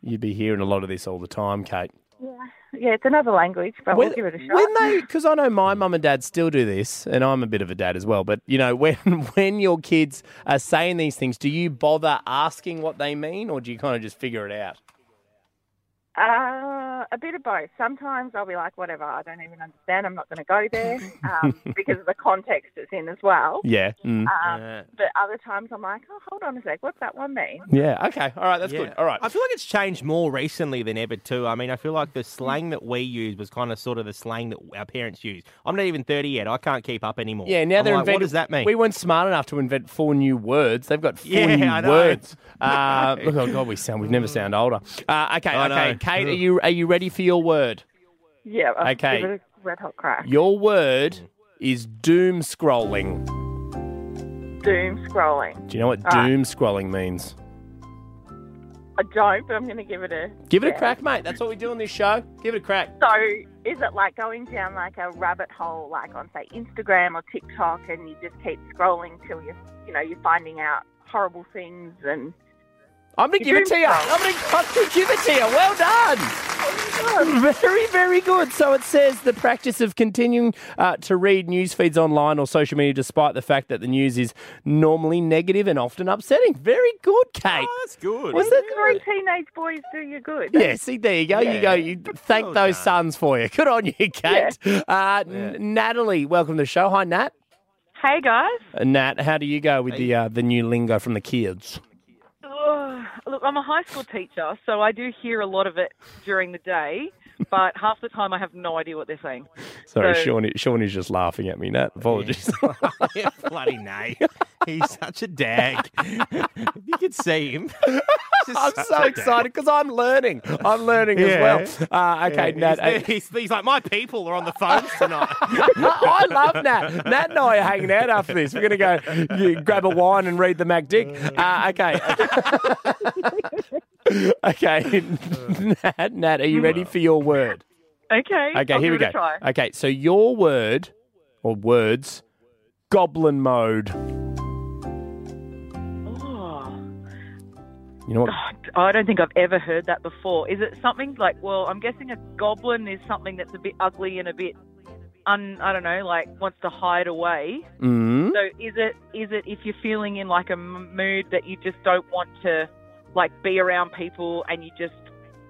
S3: you'd be hearing a lot of this all the time, Kate.
S22: yeah. yeah, it's another language, but
S3: When-
S22: we'll give it a shot.
S3: When they, because I know my mum and dad still do this, and I'm a bit of a dad as well. But you know, [LAUGHS] when when your kids are saying these things, do you bother asking what they mean, or do you kind of just figure it out?
S22: Uh, a bit of both. Sometimes I'll be like, whatever, I don't even understand. I'm not going to go
S3: [LAUGHS]
S22: there um, because of the context it's in as well.
S3: Yeah. Mm.
S22: Um, But other times I'm like, oh, hold on a sec, what's that one mean?
S3: Yeah. Okay. All right. That's good. All right.
S21: I feel like it's changed more recently than ever too. I mean, I feel like the slang that we use was kind of sort of the slang that our parents used. I'm not even 30 yet. I can't keep up anymore.
S3: Yeah, now
S21: I'm
S3: they're
S21: like,
S3: inventing.
S21: What does that mean?
S3: We weren't smart enough to invent four new words. They've got four
S21: Yeah,
S3: new
S21: I know. [LAUGHS]
S3: words. Uh, look, oh god, we sound. We never sound older. Uh, okay,
S21: I
S3: okay.
S21: know.
S3: Kate, are you are you ready for your word?
S22: Yeah. I'll
S3: Okay.
S22: Give it a red hot crack.
S3: Your word is doom scrolling.
S22: Doom scrolling.
S3: Do you know what
S22: All right.
S3: doom scrolling means?
S22: I don't, but I'm going to give it a.
S3: Give it a
S22: yeah.
S3: crack, mate. That's what we do on this show. Give it a crack.
S22: So, is it like going down like a rabbit hole, like on say Instagram or TikTok, and you just keep scrolling till you, you know, you're finding out horrible things and.
S3: I'm gonna give it to you. I'm gonna, I'm gonna give it to you. Well done. [LAUGHS] Very, very good. So it says the practice of continuing uh, to read news feeds online or social media, despite the fact that the news is normally negative and often upsetting. Very good, Kate.
S21: that's good.
S3: Was that
S22: Three teenage boys do you good.
S3: Yeah, see, there you go. You
S22: Yeah.
S3: go. You thank those sons for you. Good on you, Kate. Uh, N- Natalie, welcome to the show. Hi, Nat.
S23: Hey guys.
S3: Uh, Nat, how do you go with the uh, the new lingo from the kids?
S23: Oh, look,
S2: I'm a high school teacher, so I do hear a lot of it during the day, but half the time I have no idea what they're saying.
S3: Sorry,
S2: So-
S3: Sean. Sean is just laughing at me. Nat, apologies.
S21: Bloody Nate. He's such a
S3: [LAUGHS]
S21: dag. you could see him.
S3: I'm so excited because I'm learning. I'm learning as well. Uh, okay, Nat. uh,
S21: He's, he's, he's like, my people are on the phones tonight.
S3: [LAUGHS] I love Nat. Nat and I are hanging out after this. We're going to go you, grab a wine and read the Mac Dick. Uh, okay. [LAUGHS] okay. [LAUGHS] Nat, Nat, are you ready for your word?
S2: Okay.
S3: Okay,
S2: I'll
S3: here we
S2: give it
S3: go.
S2: a try.
S3: Okay, so your word or words, goblin mode.
S2: Oh,
S3: You know what?
S2: I don't think I've ever heard that before. Is it something like? Well, I'm guessing a goblin is something that's a bit ugly and a bit, un, I don't know, like wants to hide away.
S16: Hmm?
S3: Mm.
S2: So is it is it if you're feeling in like a m- mood that you just don't want to like be around people and you just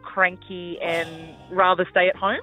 S2: cranky and rather stay at home?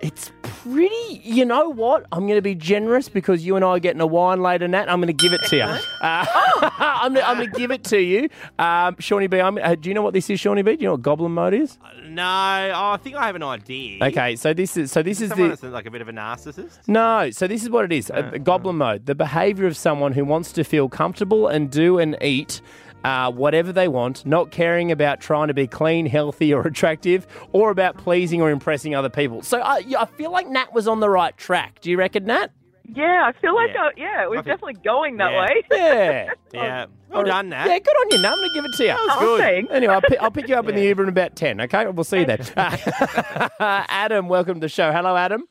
S3: It's pretty. You know what? I'm going to be generous because you and I are getting a wine later, Nat. I'm going to give it to you. Uh, [LAUGHS] I'm, gonna- I'm going to give it to you. Um, Shawnee B, I'm, uh, do you know what this is, Shawnee B? Do you know what goblin mode is?
S21: No, oh, I think I have an idea.
S3: Okay, so this is so this is
S21: Someone
S3: the
S21: that's like a bit of a narcissist.
S3: No, so this is what it is. Uh, goblin mode, the behavior of someone who wants to feel comfortable and do and eat uh, whatever they want, not caring about trying to be clean, healthy, or [LAUGHS] attractive, or about pleasing or impressing other people. So I, yeah, I feel like Nat was on the right track. Do you reckon, Nat?
S2: Yeah, I feel like
S3: Yeah.
S2: I, yeah, it was
S3: I think-
S2: definitely going that
S3: yeah.
S2: way.
S3: [LAUGHS] Yeah.
S21: Yeah.
S3: Well done, Nat. Yeah, good on you, Nat. I'm going to give it to you.
S2: That was Oh, good. thanks.
S3: Anyway, I'll, pi- I'll pick you up in the Uber in about 10, okay? We'll see you [LAUGHS] then. Uh, Adam, welcome to the show. Hello, Adam.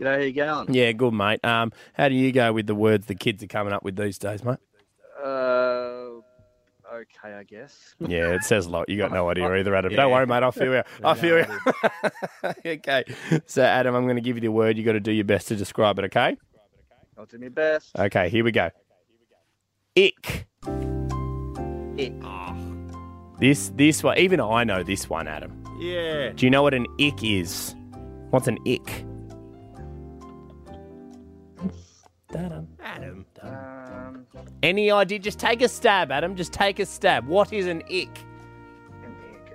S5: G'day, how you going?
S3: Yeah, good, mate. Um, how do you go with the words the kids are coming up with these days, mate?
S5: Uh, okay, I guess.
S3: Yeah, it says a lot. You got no [LAUGHS] idea either, Adam. Don't
S5: Yeah.
S3: worry, mate. I
S5: [LAUGHS]
S3: feel you. I
S5: No,
S3: feel you. [LAUGHS] okay. So, Adam, I'm going to give you the word. you got to do your best to describe it, okay?
S5: I'll do my best.
S3: Okay, here we go. Ick.
S5: Ick.
S3: This this one, even I know this one, Adam.
S21: Yeah.
S3: Do you know what an ick is? What's an ick? Adam.
S5: Um,
S3: Any idea? Just take a stab, Adam. Just take a stab. What is an ick?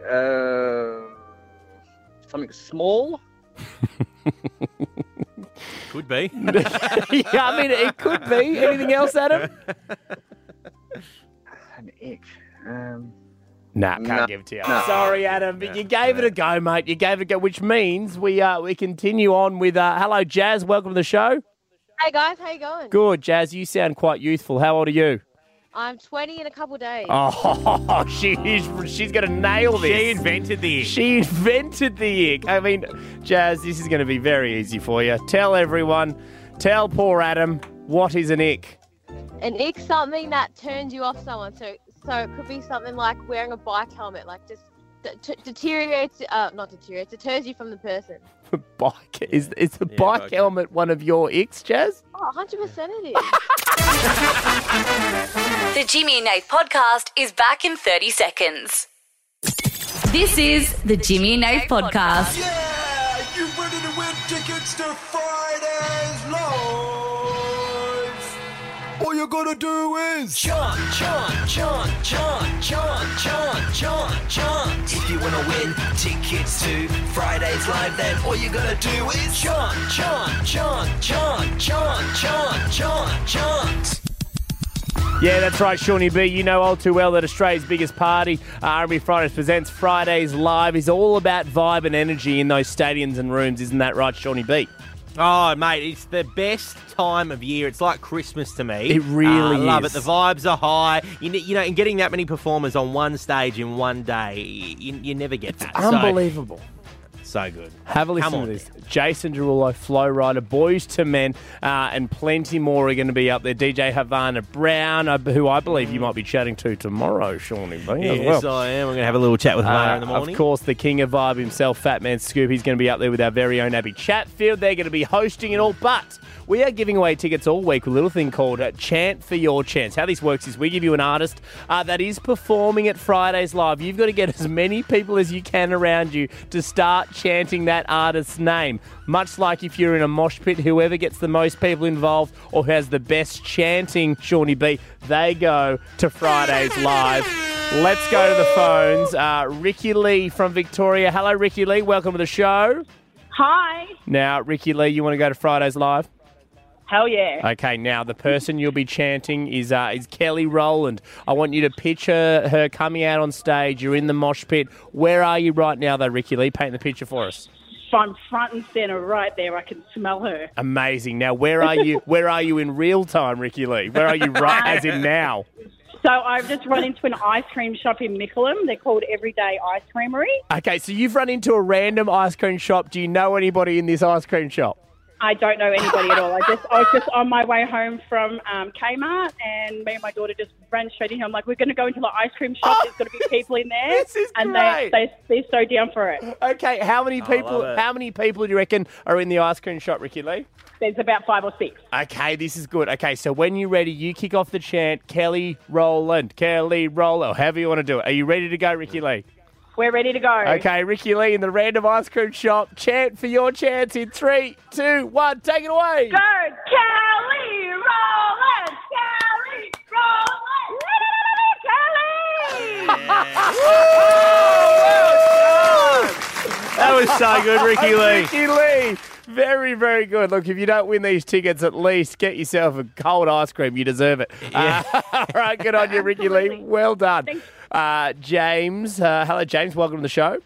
S5: uh, something small.
S21: Could be.
S3: yeah, I mean, it could be. Anything else, Adam?
S5: An ick. Um,
S3: Nah, can't
S5: No.
S3: give it to you.
S5: No.
S3: Sorry, Adam, but you gave it a go, mate. You gave it a go, which means we uh, we continue on with uh, hello, Jazz. Welcome to the show.
S23: Hey guys, how you going?
S3: Good, Jazz. You sound quite youthful. How old are you?
S23: I'm 20 in a couple days.
S3: [LAUGHS] [LAUGHS] Oh, she she's gonna nail this.
S21: She invented the ick.
S3: She invented the ick. I mean, Jazz, this is gonna be very easy for you. Tell everyone, tell poor Adam, what is an ick?
S23: An ick something that turns you off someone. So so it could be something like wearing a bike helmet, like just de- t- deteriorates, uh, not deteriorates, deters you from the person.
S3: Bike is is a bike helmet one of your icks, Jazz?
S23: Oh, 100% it is.
S1: The Jimmy and Nate podcast is back in 30 seconds. This is the Jimmy and Nate podcast.
S24: Yeah, you ready to win tickets to Friday's Live? All you gotta do is chant, chant, chant, chant, chant, chant, chant, chant. If you wanna win tickets to Friday's Live, then all you gotta do is chant, chant, chant, chant, chant, chant, chant, chant.
S3: Yeah, that's right, Shawnee B. You know all too well that Australia's biggest party, R&B Fridays presents Fridays Live, is all about vibe and energy in those stadiums and rooms. Isn't that right, Shawnee B?
S21: Oh, mate, it's the best time of year. It's like Christmas to me.
S3: It really
S21: Uh, I love it.
S3: is.
S21: The vibes are high. You, ne- you know, and getting that many performers on one stage in one day, you, you never get that. So-
S3: Unbelievable.
S21: So, good.
S3: Have a listen
S21: Come on
S3: to this. Jason Derulo, Flow Rider, Boys to Men, uh, and plenty more are going to be up there. DJ Havana Brown, uh, who I believe you might be chatting to tomorrow, Shawnee B. as well.
S21: Yes, I am. We're going to have a little chat with Lana
S3: Uh,
S21: in the morning.
S3: Of course, the king of vibe himself, Fat Man Scoop. He's going to be up there with our very own Abby Chatfield. They're going to be hosting it all. But we are giving away tickets all week with a little thing called uh, Chant for Your Chance. How this works is we give you an artist uh, that is performing at Fridays Live. You've got to get as many people as you can around you to start chanting that artist's name. Much like if you're in a mosh pit, whoever gets the most people involved or has the best chanting, Shawnee B, they go to Fridays Live. Let's go to the phones. Uh, Ricky Lee from Victoria. Hello, Ricky Lee. Welcome to the show.
S6: Hi.
S3: Now, Ricky Lee, you want to go to Fridays Live?
S6: Hell yeah.
S3: Okay, now the person you'll be chanting is uh, is Kelly Rowland. I want you to picture her coming out on stage. You're in the mosh pit. Where are you right now, though, Ricky Lee? Paint the picture for us.
S6: I'm front and center right there. I can smell her.
S3: Amazing. Now, where are you? Where are you in real time, Ricky Lee? Where are you right as in now?
S6: So I've just run into an ice cream shop in Mickleham. They're called Everyday Ice Creamery.
S3: Okay, so you've run into a random ice cream shop. Do you know anybody in this ice cream shop?
S6: I don't know anybody at all. I just I was just on my way home from um, Kmart, and me and my daughter just ran straight in. here. I'm like, we're going to go into the ice cream shop. There's going to be people in there,
S3: Oh, [LAUGHS] This is
S6: and
S3: great.
S6: They, they they're so down for it.
S3: Okay, how many
S6: Oh, I love
S3: people?
S6: it.
S3: How many people do you reckon are in the ice cream shop, Ricky Lee?
S6: There's about five or six.
S3: Okay, this is good. Okay, so when you're ready, you kick off the chant, Kelly Rowland, Kelly Rowland, however you want to do it. Are you ready to go, Ricky Lee?
S6: We're ready to go.
S3: Okay, Ricky Lee in the random ice cream shop. Chant for your chance in three, two, one. Take it away.
S6: Go, Kelly Rowland. Kelly
S21: [LAUGHS]
S6: Rowland.
S3: That
S21: was
S3: [LAUGHS]
S21: so good, Ricky Lee.
S3: Ricky Lee. Very, very good. Look, if you don't win these tickets, at least get yourself a cold ice cream. You
S21: [LAUGHS]
S3: deserve it. Uh, [LAUGHS] all right, good on you, Ricky Lee. Well done. Uh, James, uh, hello, James. Welcome to the show.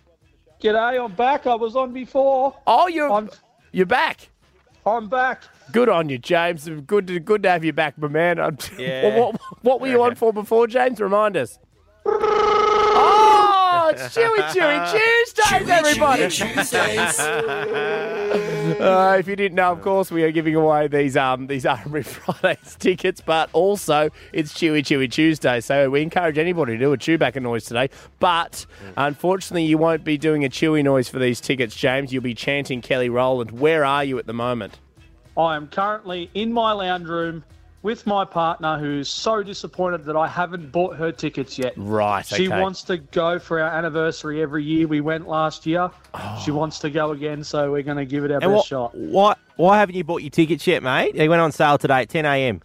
S8: G'day, I'm back. I was on before.
S3: Oh, you're you're back.
S8: I'm back.
S3: Good on you, James. Good to, good to have you back, my man. [LAUGHS] I'm-
S8: Yeah.
S3: what, what were
S21: [LAUGHS]
S3: you on for before, James? Remind us. Oh, it's
S21: [LAUGHS]
S3: Chewy Chewy Tuesdays, everybody. [LAUGHS] Uh, if you didn't know, of course, we are giving away these um these [LAUGHS] Armory Fridays tickets, but also it's Chewy Chewy Tuesday, so we encourage anybody to do a chew back a noise today. But unfortunately, you won't be doing a chewy noise for these tickets, James. You'll be chanting Kelly Rowland. Where are you at the moment?
S8: I am currently in my lounge room with my partner, who's so disappointed that I haven't bought her tickets yet.
S3: Right.
S8: She wants to go for our anniversary every year. We went last year.
S3: Oh.
S8: She wants to go again, so we're going to give it our
S21: And
S8: best
S21: what-
S8: shot.
S21: Why, why haven't you bought your tickets yet, mate? They went on sale today at 10 a.m.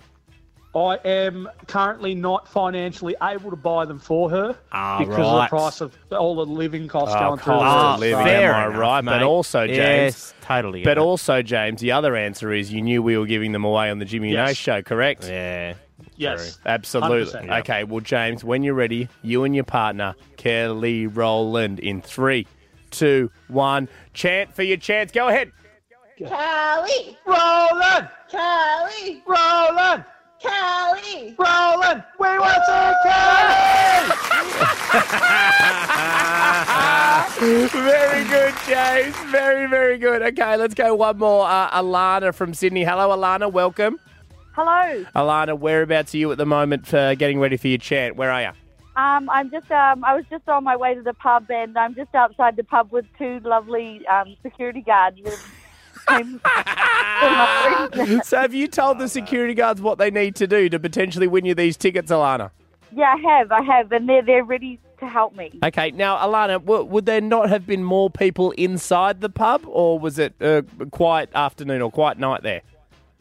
S8: I am currently not financially able to buy them for her
S21: Ah,
S8: because
S21: right.
S8: of the price of all the living costs
S3: Oh,
S8: going through.
S3: cost
S8: the roof,
S3: of living,
S8: so-
S3: am I right? But
S21: mate.
S3: also, James,
S21: Yes, totally get
S3: But
S21: that.
S3: also, James, the other answer is you knew we were giving them away on the Jimmy and
S21: Yes.
S3: Nash show, correct?
S21: Yeah.
S8: Yes.
S3: Absolutely.
S21: 100%.
S3: Okay, well, James, when you're ready, you and your partner, Kelly Rowland, in three, two, one, chant for your chance. Go ahead.
S8: Kelly! Roland! Kelly! Roland! Kelly! Roland! We want to
S3: [LAUGHS] very good, James. Very, very good. Okay, let's go one more. Uh, Alana from Sydney. Hello, Alana. Welcome.
S9: Hello.
S3: Alana, whereabouts are you at the moment for getting ready for your chant? Where are you?
S9: Um, I'm just. Um, I was just on my way to the pub, and I'm just outside the pub with two lovely um, security guards.
S3: [LAUGHS]
S9: And I'm-
S3: so have you told the security guards what they need to do to potentially win you these tickets, Alana?
S9: yeah, I have. I have, and they're they're ready to help me.
S3: Okay, now Alana, w- would there not have been more people inside the pub, or was it a quiet afternoon or quiet night there?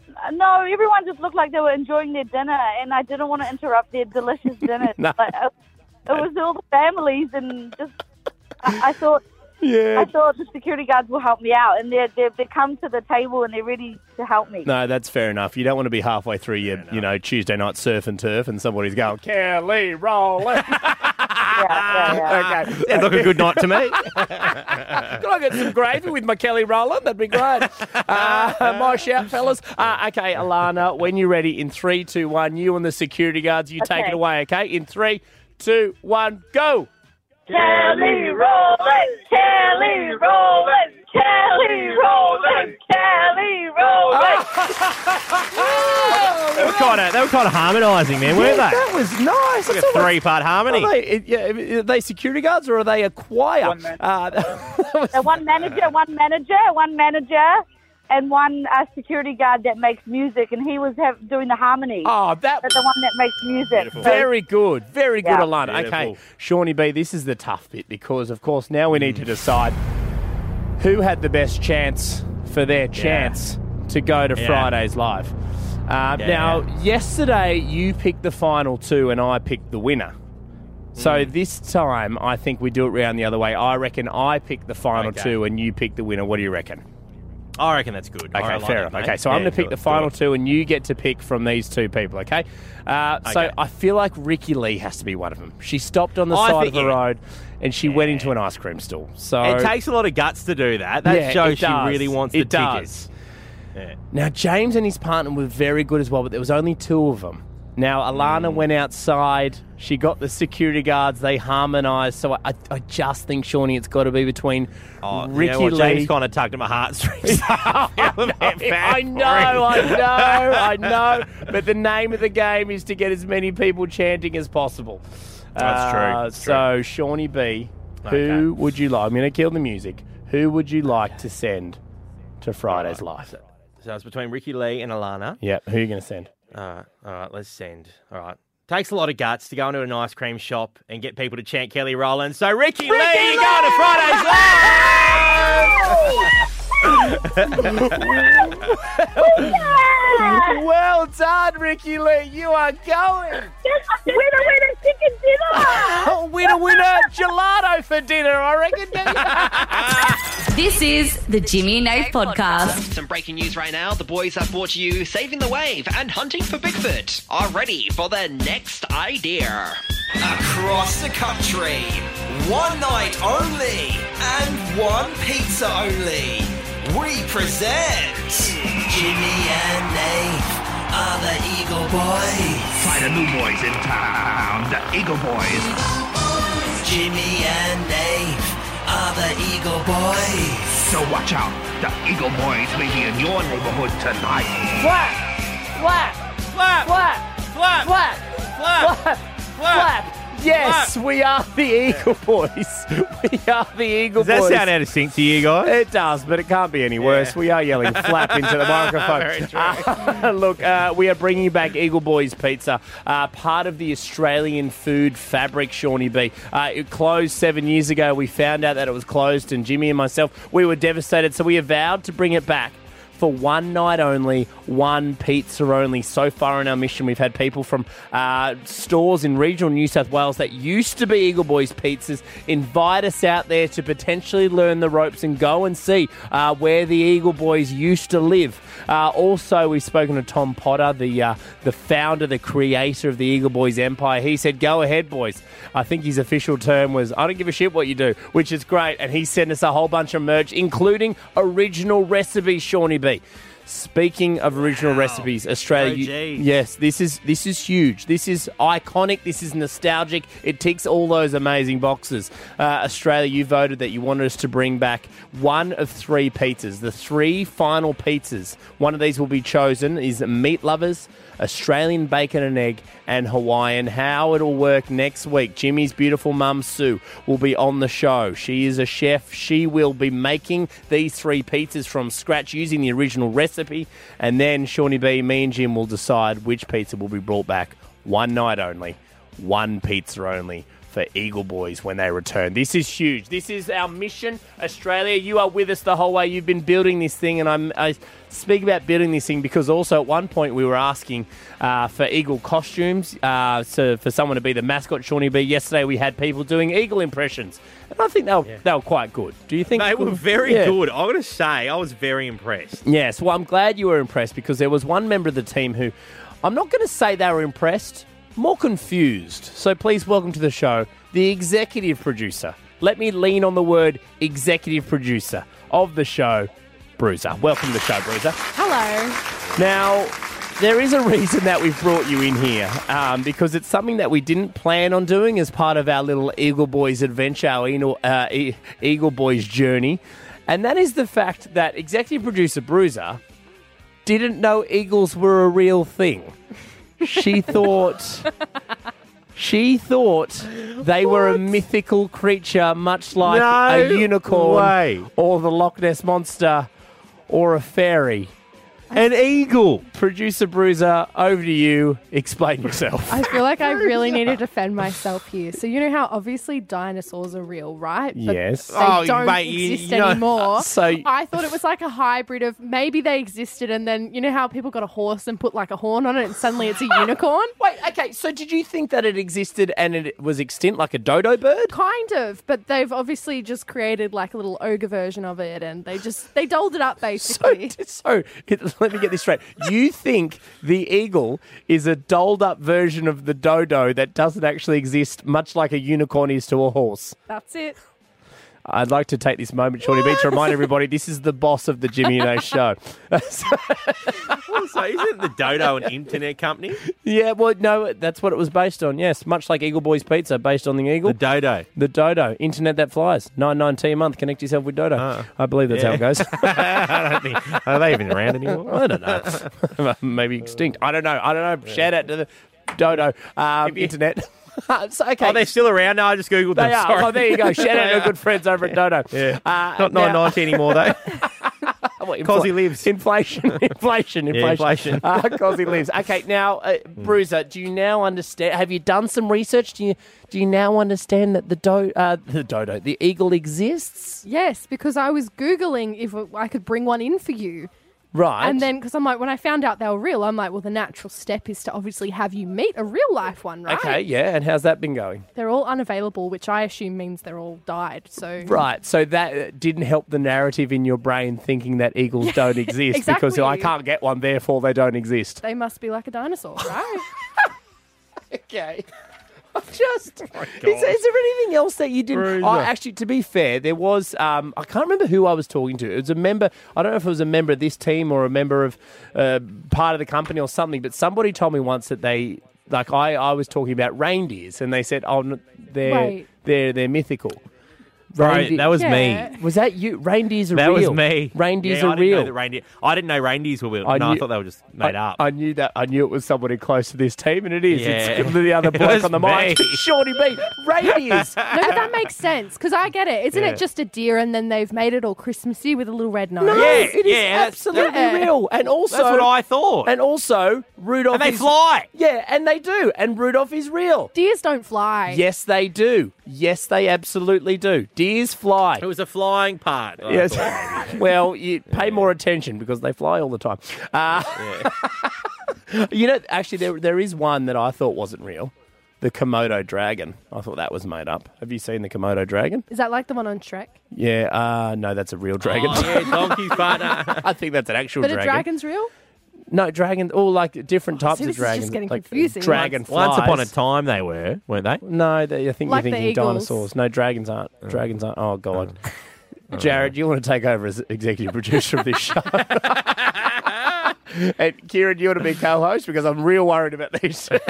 S9: Uh, No, everyone just looked like they were enjoying their dinner, and I didn't want to interrupt their
S3: [LAUGHS]
S9: delicious dinner.
S3: No.
S9: Like, uh, it was all the families, and just I, I thought.
S3: Yeah.
S9: I thought the security guards will help me out, and they they they come to the table and they're ready to help me.
S3: No, that's fair enough. You don't want to be halfway through your, you know, Tuesday night surf and turf, and somebody's going, Kelly Rowland. [LAUGHS] Okay.
S21: Sounds like a good night to me.
S3: [LAUGHS] Can I get some gravy with my Kelly Rowland? That'd be [LAUGHS] great. Uh, my shout, fellas. Uh, okay, Alana, when you're ready, in three, two, one, you and the security guards, you take
S9: Okay.
S3: it away, okay? In three, two, one, go.
S9: Kelly Rowland, Kelly Rowland, Kelly Rowland, Kelly
S21: [LAUGHS]
S9: Rowland.
S21: They were kind of, they were kind of harmonising, man, weren't
S3: Yeah,
S21: they?
S3: [LAUGHS] That was nice.
S21: Like
S3: That's
S21: a
S3: all right.
S21: three-part harmony.
S3: Are they, yeah, are they security guards or are they a choir? Uh, [LAUGHS]
S9: Uh, one manager, one manager, one manager, and one uh, security guard that makes music, and he was have, doing the harmony.
S3: Oh, that
S9: but the one that makes music. So-
S3: Very good, very good,
S9: Yeah.
S3: Alana. Okay,
S9: Beautiful.
S3: Shawnee B, this is the tough bit because, of course, now we need to decide who had the best chance for their chance to go to
S21: Yeah.
S3: Fridays Live. Uh,
S21: Yeah.
S3: Now, yesterday you picked the final two and I picked the winner. So
S21: Mm.
S3: this time, I think we do it round the other way. I reckon I pick the final
S21: Okay.
S3: two and you pick the winner. What do you reckon?
S21: I reckon that's good.
S3: Okay, fair enough. Okay, so I'm going to pick the final two, and you get to pick from these two people. Okay, uh, so
S21: Okay.
S3: I feel like Ricky Lee has to be one of them. She stopped on the
S21: I
S3: side of
S21: think-
S3: the road, and she went into an ice cream stall. So
S21: it takes a lot of guts to do that. That
S3: Yeah,
S21: shows
S3: it
S21: she
S3: does.
S21: really wants the
S3: It does.
S21: tickets. Yeah.
S3: Now, James and his partner were very good as well, but there was only two of them. Now,
S21: Hmm.
S3: Alana went outside. She got the security guards. They harmonised. So uh, I, I, I just think, Shawnee, it's got to be between Ricky
S21: you know what,
S3: Lee.
S21: Oh, James kind of tugged at my heartstrings.
S3: [LAUGHS] I know, I know,
S21: [LAUGHS]
S3: I know. But the name of the game is to get as many people chanting as possible.
S21: That's true,
S3: Uh,
S21: that's
S3: so, Shawnee B, who
S21: Okay.
S3: would you like? I'm going to kill the music. Who would you like to send to Friday's Live?
S21: [LAUGHS] so it's between Ricky Lee and Alana.
S3: Yeah, who are you going to send?
S21: All right, all right, let's send. All right. Takes a lot of guts to go into an ice cream shop and get people to chant Kelly Rowland. So Ricky, Lee,
S14: Ricky
S21: you going to Friday's [LAUGHS]
S3: [LAUGHS] well done, Ricky Lee. You are going.
S14: Winner, winner, chicken
S3: dinner. [LAUGHS] winner, winner, gelato for dinner. I reckon.
S1: [LAUGHS] This is the Jimmy and Nate podcast.
S7: Some breaking news right now. The boys have brought you Saving the Wave and Hunting for Bigfoot are ready for their next idea. Across the country, one night only and one pizza only. We present Jimmy and Nate are the Eagle Boys.
S10: By the new boys in town, the Eagle Boys.
S7: Jimmy and Nate are the Eagle Boys.
S10: So watch out, the Eagle Boys may be in your neighborhood tonight.
S14: Flap, flap, flap, flap, flap, flap, flap, flap,
S3: Yes, we are the Eagle Boys. [LAUGHS] We are the Eagle
S21: Does that
S3: Boys.
S21: sound out of sync to you guys?
S3: It does, but it can't be any worse. We are yelling flap
S21: [LAUGHS]
S3: into the microphone.
S21: Very true.
S3: Uh, [LAUGHS] look, uh, we are bringing back Eagle Boys Pizza, uh, part of the Australian food fabric, Shawnee B. Uh, it closed seven years ago. We found out that it was closed, and Jimmy and myself, we were devastated. So we have vowed to bring it back. For one night only, one pizza only. So far in our mission, we've had people from uh, stores in regional New South Wales that used to be Eagle Boys pizzas invite us out there to potentially learn the ropes and go and see uh, where the Eagle Boys used to live. Uh, also, we've spoken to Tom Potter, the uh, the founder, the creator of the Eagle Boys Empire. He said, "Go ahead, boys." I think his official term was, "I don't give a shit what you do," which is great. And he sent us a whole bunch of merch, including original recipes, Shawnee B. Speaking of original recipes, Australia. you-
S21: OGs.
S3: yes, this is this is huge. This is iconic. This is nostalgic. It ticks all those amazing boxes. Uh, Australia, you voted that you wanted us to bring back one of three pizzas. The three final pizzas. One of these will be chosen is meat lovers, Australian bacon and egg, and Hawaiian. How it'll work next week. Jimmy's beautiful mum Sue will be on the show. She is a chef. She will be making these three pizzas from scratch using the original recipe, and then Shawnee B, me and Jim will decide which pizza will be brought back one night only, one pizza only for Eagle Boys when they return. This is huge. This is our mission, Australia. You are with us the whole way. You've been building this thing, and I'm, I speak about building this thing because also at one point we were asking uh, for eagle costumes, uh, so for someone to be the mascot, Shawnee B. Yesterday we had people doing eagle impressions, and I think they were, they were quite good. Do you think
S21: They were very
S3: Yeah.
S21: good. I got to say, I was very impressed.
S3: Yes, well, I'm glad you were impressed because there was one member of the team who I'm not going to say they were impressed, more confused. So please welcome to the show the executive producer. Let me lean on the word executive producer of the show, Bruiser. Welcome to the show, Bruiser.
S11: Hello.
S3: Now, there is a reason that we've brought you in here um, because it's something that we didn't plan on doing as part of our little Eagle Boys adventure, our Enal- uh, E- Eagle Boys journey. And that is the fact that executive producer Bruiser didn't know eagles were a real thing.
S21: [LAUGHS]
S3: She thought. She thought they were a mythical creature, much like a
S21: No
S3: unicorn
S21: way.
S3: or the Loch Ness monster or a fairy. An eagle. Producer Bruiser, over to you. Explain yourself.
S11: I feel
S3: [LAUGHS]
S11: like I really need to defend myself here. So you know how obviously dinosaurs are real, right?
S3: Yes.
S11: They
S3: Oh,
S11: don't
S3: mate, you-
S11: exist
S3: you know-
S11: anymore.
S3: [LAUGHS] so-
S11: I thought it was like a hybrid of maybe they existed and then you know how people got a horse and put like a horn on it and suddenly
S3: [LAUGHS]
S11: it's a unicorn?
S3: Wait, okay, so did you think that it existed and it was extinct like a dodo bird?
S11: Kind of, but they've obviously just created like a little ogre version of it and they just they doled
S3: [LAUGHS]
S11: it up basically.
S3: So it, let me Oh, [LAUGHS] get this straight. You think the eagle is a dolled up version of the dodo that doesn't actually exist, much like a unicorn is to a horse?
S11: That's
S3: [LAUGHS]
S11: it.
S3: I'd like to take this moment, Shorty B, to remind everybody this is the boss of the Jimmy and A
S11: [LAUGHS]
S3: show.
S21: so isn't the Dodo [LAUGHS] an internet company?
S3: yeah, well, no, that's what it was based on. Yes, much like Eagle Boys Pizza, based on the eagle. The
S21: dodo.
S3: The dodo. Internet that flies. 9.90 a month. Connect yourself with dodo. I believe that's how
S21: Ah. Yeah.
S3: it goes.
S21: [LAUGHS] I don't think are they even around anymore?
S3: I don't know. [LAUGHS] Maybe extinct. I don't know. I don't know. Shout out to the dodo
S21: [LAUGHS]
S3: um, internet. so, okay.
S21: Are they Oh, still around? No, I just googled them.
S3: They are.
S21: Sorry.
S3: Oh, there you go. Shout out
S21: [LAUGHS]
S3: to
S21: They
S3: our good friends over at Dodo.
S21: Yeah.
S3: Uh,
S21: Not
S3: now-
S21: 990 anymore,
S3: [LAUGHS]
S21: though.
S3: What, infl-
S21: Cosy lives. [LAUGHS]
S3: Inflation, inflation, inflation.
S21: Yeah,
S3: [LAUGHS]
S21: inflation.
S3: Uh, Cosy
S21: [LAUGHS]
S3: lives. Okay, now, uh, Bruiser, do you now understand? Have you done some research? Do you do you now understand that the do uh, [LAUGHS] the dodo, the eagle exists?
S11: Yes, because I was googling if I could bring one in for you.
S3: Right.
S11: And then, because I'm like, when I found out they were real, I'm like, well, the natural step is to obviously have you meet a real life one, right?
S3: Okay, yeah. And how's that been going?
S11: They're all unavailable, which I assume means they're all died. So
S3: Right, so that uh, didn't help the narrative in your brain thinking that
S11: [LAUGHS]
S3: eagles don't exist because
S11: exactly.
S3: I can't get one, therefore they don't exist.
S11: they must be like a dinosaur, right?
S3: [LAUGHS] okay. [LAUGHS] I'm just.
S11: Is,
S3: Is, is there anything else that you didn't?
S11: Bruiser.
S3: Oh, actually, to be fair, there was. Um, I can't remember who I was talking to. It was a member. I don't know if it was a member of this team or a member of uh, part of the company or something. But somebody told me once that they like I, I was talking about reindeers, and they said, "Oh, no, they're
S21: Wait.
S3: they're they're mythical."
S21: Bro, that was me. Yeah.
S3: Was that you? Reindeers are
S21: That
S3: real.
S21: was me.
S3: Reindeers
S21: Yeah, I
S3: are
S21: didn't know
S3: real.
S21: that reindeer- I didn't know reindeers were real.
S3: I
S21: no, I
S3: knew-
S21: thought they were just made
S3: I,
S21: up.
S3: I knew that. I knew it was somebody close to this team, and it is. [LAUGHS]
S21: Yeah.
S3: It's the
S21: [LAUGHS]
S3: other
S21: It
S3: bloke
S21: was
S3: on the mic,
S21: me.
S3: [LAUGHS] Shorty B.
S11: [LAUGHS]
S3: Reindeers.
S11: no, that makes sense because I get it. Isn't
S3: Yeah.
S11: it just a deer and then they've made it all Christmassy with a little red nose?
S3: No, it is
S21: that's-
S3: absolutely
S11: yeah.
S3: real. And also,
S21: That's what I thought.
S3: And also, Rudolph.
S11: And they
S3: is-
S21: fly.
S3: Yeah, and they do. And Rudolph is real.
S11: Deers don't fly.
S3: Yes, they do. Yes, they absolutely do. Deers fly.
S21: It was a flying part. I
S3: yes.
S21: thought.
S3: [LAUGHS] well, you pay more attention because they fly all the time. Uh, [LAUGHS] you know, actually, there there is one that I thought wasn't real. The Komodo dragon. I thought that was made up. Have you seen the Komodo dragon?
S11: Is that like the one on Shrek?
S3: Yeah. Uh, no, that's a real dragon.
S21: Oh, yeah, [LAUGHS] donkey's partner.
S3: [LAUGHS] I think that's an actual
S11: but
S3: dragon.
S11: a dragon's real?
S3: No, dragon. All like different types
S11: Oh, See, this
S3: of
S11: is just
S3: dragons.
S11: getting
S3: like
S11: confusing.
S3: Dragon.
S21: Once upon a time, they were, weren't they?
S3: No, they, I think
S11: Like the
S3: you're thinking
S11: eagles.
S3: dinosaurs. No, dragons aren't. Dragons aren't. Oh God. [LAUGHS] Jared, you want to take over as executive producer [LAUGHS] of this show? and Kieran, you want to be co-host because I'm real worried about [LAUGHS] these.
S21: [LAUGHS]
S3: okay,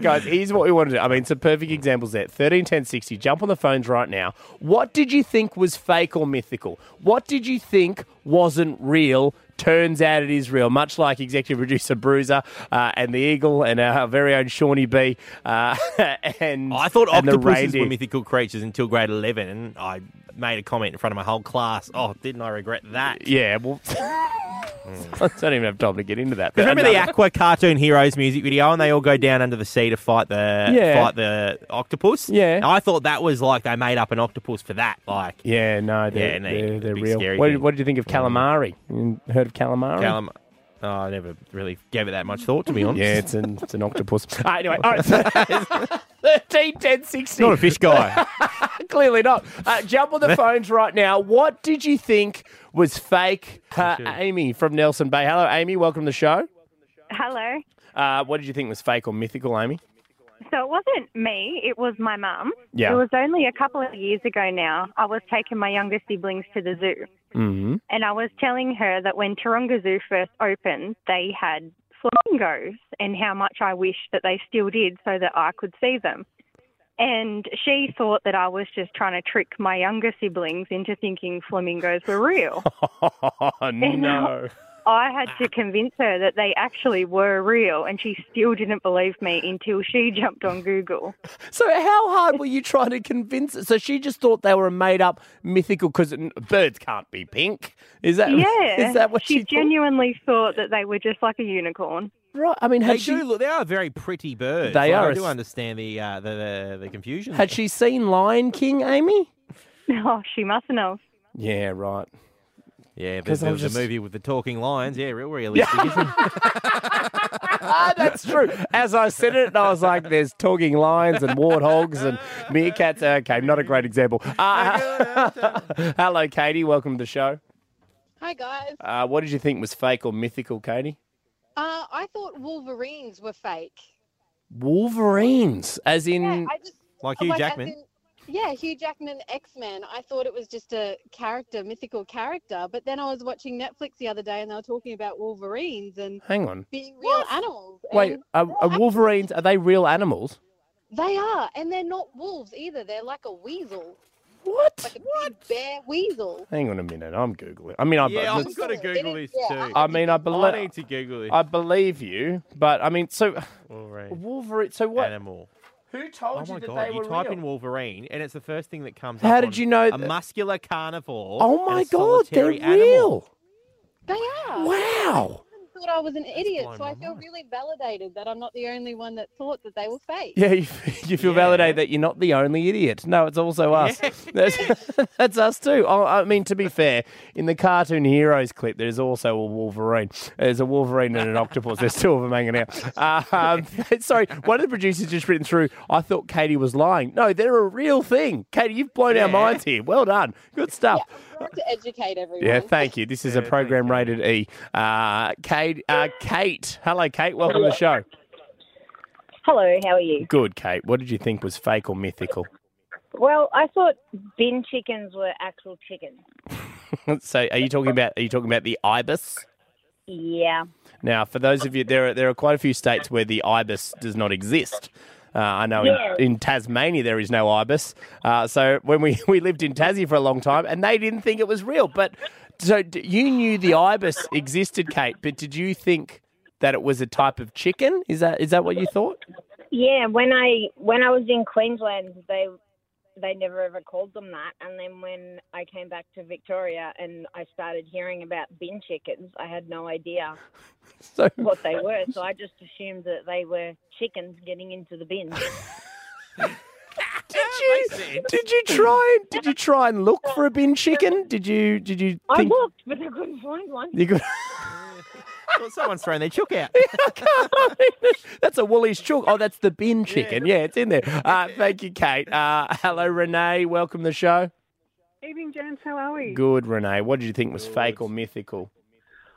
S3: guys, here's what we want to do. I mean, some perfect examples there. 13, 10, 60. Jump on the phones right now. What did you think was fake or mythical? What did you think wasn't real? Turns out it is real, much like executive producer Bruiser uh, and the Eagle and our very own Shawnee B. Uh, [LAUGHS] and
S21: I thought
S3: and the
S21: octopuses
S3: reindeer.
S21: were mythical creatures until grade 11, and I made a comment in front of my whole class. Oh, didn't I regret that?
S3: Yeah,
S21: [LAUGHS]
S3: well, I don't even have time to get into that.
S21: 'Cause remember the
S3: another-
S21: Aqua Cartoon Heroes music video, and they all go down under the sea to fight the
S3: Yeah.
S21: fight the octopus. Yeah, I thought that was like they made up an octopus for that. Like,
S3: Yeah, no, they're,
S21: Yeah, and they-
S3: they're,
S21: the
S3: they're
S21: big
S3: real.
S21: scary Mm.
S3: What did,
S21: thing.
S3: what did you think of calamari? You heard of calamari?
S21: Calam-
S4: uh,
S21: oh, I never really gave it that much thought, to be honest.
S3: [LAUGHS] Yeah, it's an it's an
S21: [LAUGHS]
S3: octopus. Uh, anyway, all right. 13, 10, 60.
S21: Not a fish
S12: [LAUGHS]
S3: [LAUGHS]
S21: guy.
S3: Clearly not. Uh, jump on [LAUGHS] the phones right now. What did you think was fake? Uh, Amy from Nelson Bay. Hello, Amy. Welcome to the show.
S12: Hello.
S3: Uh, what did you think was fake or mythical, Amy?
S12: So it wasn't me, it was my mum.
S3: Yeah.
S12: It was only a couple of years ago now. I was taking my younger siblings to the zoo
S3: Mm-hmm.
S12: and I was telling her that when Taronga Zoo first opened, they had flamingos and how much I wish that they still did so that I could see them. And she thought that I was just trying to trick my younger siblings into thinking flamingos were real.
S3: Oh, no.
S12: I had to convince her that they actually were real, and she still didn't believe me until she jumped on Google.
S3: So how hard were you trying to convince? her? So she just thought they were a made up mythical because birds can't be pink. Is that [LAUGHS]
S12: yeah,
S3: Is that what she, thought?
S12: genuinely thought that they were just like a unicorn.
S3: Right. I mean,
S4: they
S3: had she
S4: do look. They are very pretty birds.
S3: They
S4: Like,
S3: are
S4: I
S3: a
S4: do
S3: s-
S4: understand the uh, the, the the confusion.
S3: had she seen Lion King, Amy?
S12: [LAUGHS] Oh, she mustn't have.
S3: Yeah, right.
S4: Yeah, but
S3: 'Cause
S4: there
S3: I'm
S4: was
S3: just-
S4: a movie with the talking lions. Yeah, real realistic. isn't it?
S3: ah, that's true. As I said it, I was like, there's talking lions and warthogs and meerkats. Okay, not a great example. Uh, [LAUGHS] hello, Katie. Welcome to the show.
S13: Hi guys.
S3: Uh, what did you think was fake or mythical, Katie?
S13: Uh, I thought Wolverines were fake.
S3: Wolverines, as in.
S13: I just as in- yeah, Hugh Jackman X Men. I thought it was just a character, mythical character. But then I was watching Netflix the other day, and they were talking about Wolverines and
S3: Hang on.
S13: being real animals.
S3: Wait,
S13: and
S3: are, are wolverines, are they real animals?
S13: they are, and they're not wolves either. They're like a weasel.
S3: What?
S13: Like a big bear weasel.
S3: Hang on a minute. I'm Googling. I mean, I,
S4: yeah,
S3: let's-
S4: I've got to Google this
S13: yeah,
S4: too.
S3: I mean, I believe.
S4: I need to Google this.
S3: I believe you, but I mean, so.
S4: Wolverine.
S3: Wolverine. So what?
S4: Animal.
S3: Who told
S4: Oh
S3: you
S4: my
S3: that
S4: god!
S3: they
S4: You
S3: were
S4: type
S3: real?
S4: in Wolverine, and it's the first thing that comes
S3: How
S4: up.
S3: did
S4: on
S3: you know
S4: A
S3: that-
S4: muscular carnivore.
S3: Oh
S4: and a
S3: my god, they're
S4: solitary animal.
S3: real.
S13: They are.
S3: Wow.
S13: I thought I was an idiot,
S3: blown
S13: so I feel really validated that I'm not the only one that thought that they were fake.
S3: Yeah, you, [LAUGHS] you feel validated that you're not the only idiot. No, it's also us. That's, [LAUGHS] that's us too. Oh, I mean, to be fair, in the cartoon heroes clip, there's also a Wolverine. There's a Wolverine and an octopus. There's two of them hanging out. Um, [LAUGHS] sorry, one of the producers just written through. I thought Katie was lying. No, they're a real thing. Katie, you've blown our minds here. Well done. Good stuff.
S13: Trying to educate everyone.
S3: Yeah, thank you. This is a program rated E. Uh, Kate, uh, Kate, hello, Kate. Welcome to the show.
S15: Hello, how are you?
S3: Good, Kate. What did you think was fake or mythical?
S15: Well, I thought bin chickens were actual chickens.
S3: [LAUGHS] so are you talking about are you talking about the ibis?
S15: Yeah.
S3: Now, for those of you, there are there are quite a few states where the ibis does not exist. Uh, I know
S15: Yeah.
S3: in, in Tasmania there is no ibis. Uh, so when we, [LAUGHS] we lived in Tassie for a long time, and they didn't think it was real. But so d- you knew the ibis existed, Kate. But did you think that it was a type of chicken? Is that is that what you thought? [LAUGHS]
S15: Yeah, when I when I was in Queensland, they they never ever called them that. And then when I came back to Victoria and I started hearing about bin chickens, I had no idea
S3: So
S15: what they were. So I just assumed that they were chickens getting into the bin.
S3: did you did you try and did you try and look for a bin chicken? Did you did you
S15: I
S3: think
S15: looked, but I couldn't find one.
S3: you could?
S4: Well, someone's thrown their chook out.
S3: [LAUGHS] That's a Woolies chalk. Oh, that's the bin chicken. Yeah, it's in there. Uh, thank you, Kate. Uh, hello, Renee. Welcome to the show.
S16: Evening, gents. How are we?
S3: Good, Renee. What did you think was fake or [LAUGHS] mythical?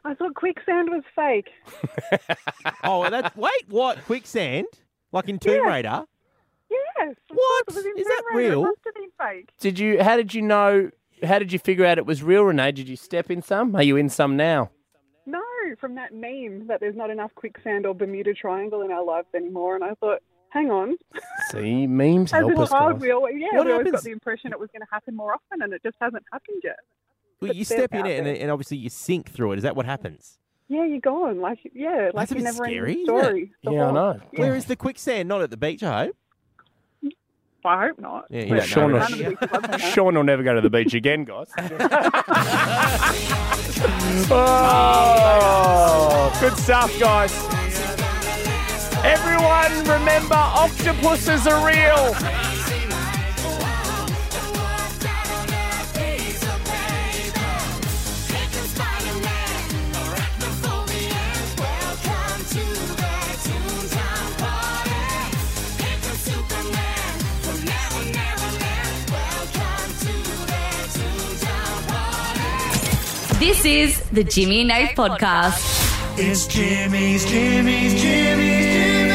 S16: I thought quicksand was fake.
S4: oh, that's wait, what quicksand? Like in Tomb Raider?
S16: Yes.
S4: What?
S16: Is
S4: that real?
S16: It must have been fake.
S3: Did you? How did you know? How did you figure out it was real, Renee? Did you step in some? Are you in some now?
S16: No, from that meme that there's not enough quicksand or Bermuda Triangle in our lives anymore. And I thought, hang on.
S3: See, memes
S16: As
S3: help
S16: a
S3: us.
S16: child,
S3: guys.
S16: we always, yeah,
S3: What
S16: we always
S3: happens-
S16: got the impression it was going to happen more often, and it just hasn't happened yet.
S4: Well,
S16: But
S4: you
S16: they're
S4: step in
S16: out
S4: it, and,
S16: there.
S4: and obviously you sink through it. Is that what happens?
S16: Yeah, you're gone. Like, yeah, like
S4: that's a
S16: you
S4: bit
S16: never
S4: scary.
S16: ending
S4: isn't it?
S16: story. The whole-
S4: Where is the quicksand? Not at the beach, I hope.
S16: I hope not.
S4: Yeah, you
S3: Yeah,
S4: don't know,
S3: Sean,
S4: don't you?
S3: [LAUGHS] will, Sean will never go to the beach again, guys. oh, good stuff, guys. Everyone, remember octopuses are real.
S1: This is the Jimmy and Nate podcast.
S18: It's Jimmy's, Jimmy's, Jimmy's, Jimmy's, Jimmy's.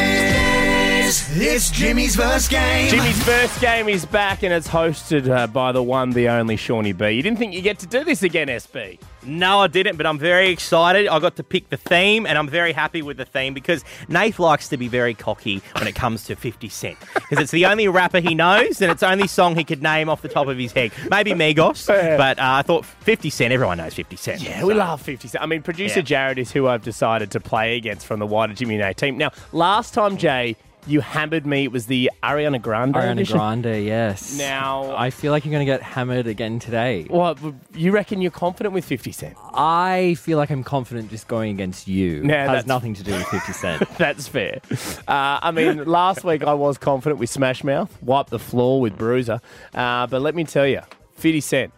S24: It's Jimmy's first game.
S3: Jimmy's first game is back and it's hosted uh, by the one, the only Shawnee B. You didn't think you get to do this again, SB?
S21: No, I didn't, but I'm very excited. I got to pick the theme, and I'm very happy with the theme because Nath likes to be very cocky when it comes to 50 Cent because it's the only rapper he knows and it's the only song he could name off the top of his head. Maybe Migos, but uh, I thought 50 Cent, everyone knows 50 Cent.
S3: Yeah, we love 50 Cent. I mean, producer
S21: Yeah.
S3: Jared is who I've decided to play against from the wider Jimmy and A team. Now, last time, Jay, you hammered me. It was the Ariana Grande.
S17: Ariana
S3: edition.
S17: Grande, yes.
S3: Now-
S17: I feel like you're going to get hammered again today.
S3: What? You reckon you're confident with 50 Cent?
S17: I feel like I'm confident just going against you.
S3: Nah,
S17: Has
S3: that's-
S17: nothing to do with 50 Cent.
S3: [LAUGHS] That's fair. Uh, I mean, last week I was confident with Smash Mouth, wipe the floor with Bruiser. Uh, but let me tell you, 50 Cent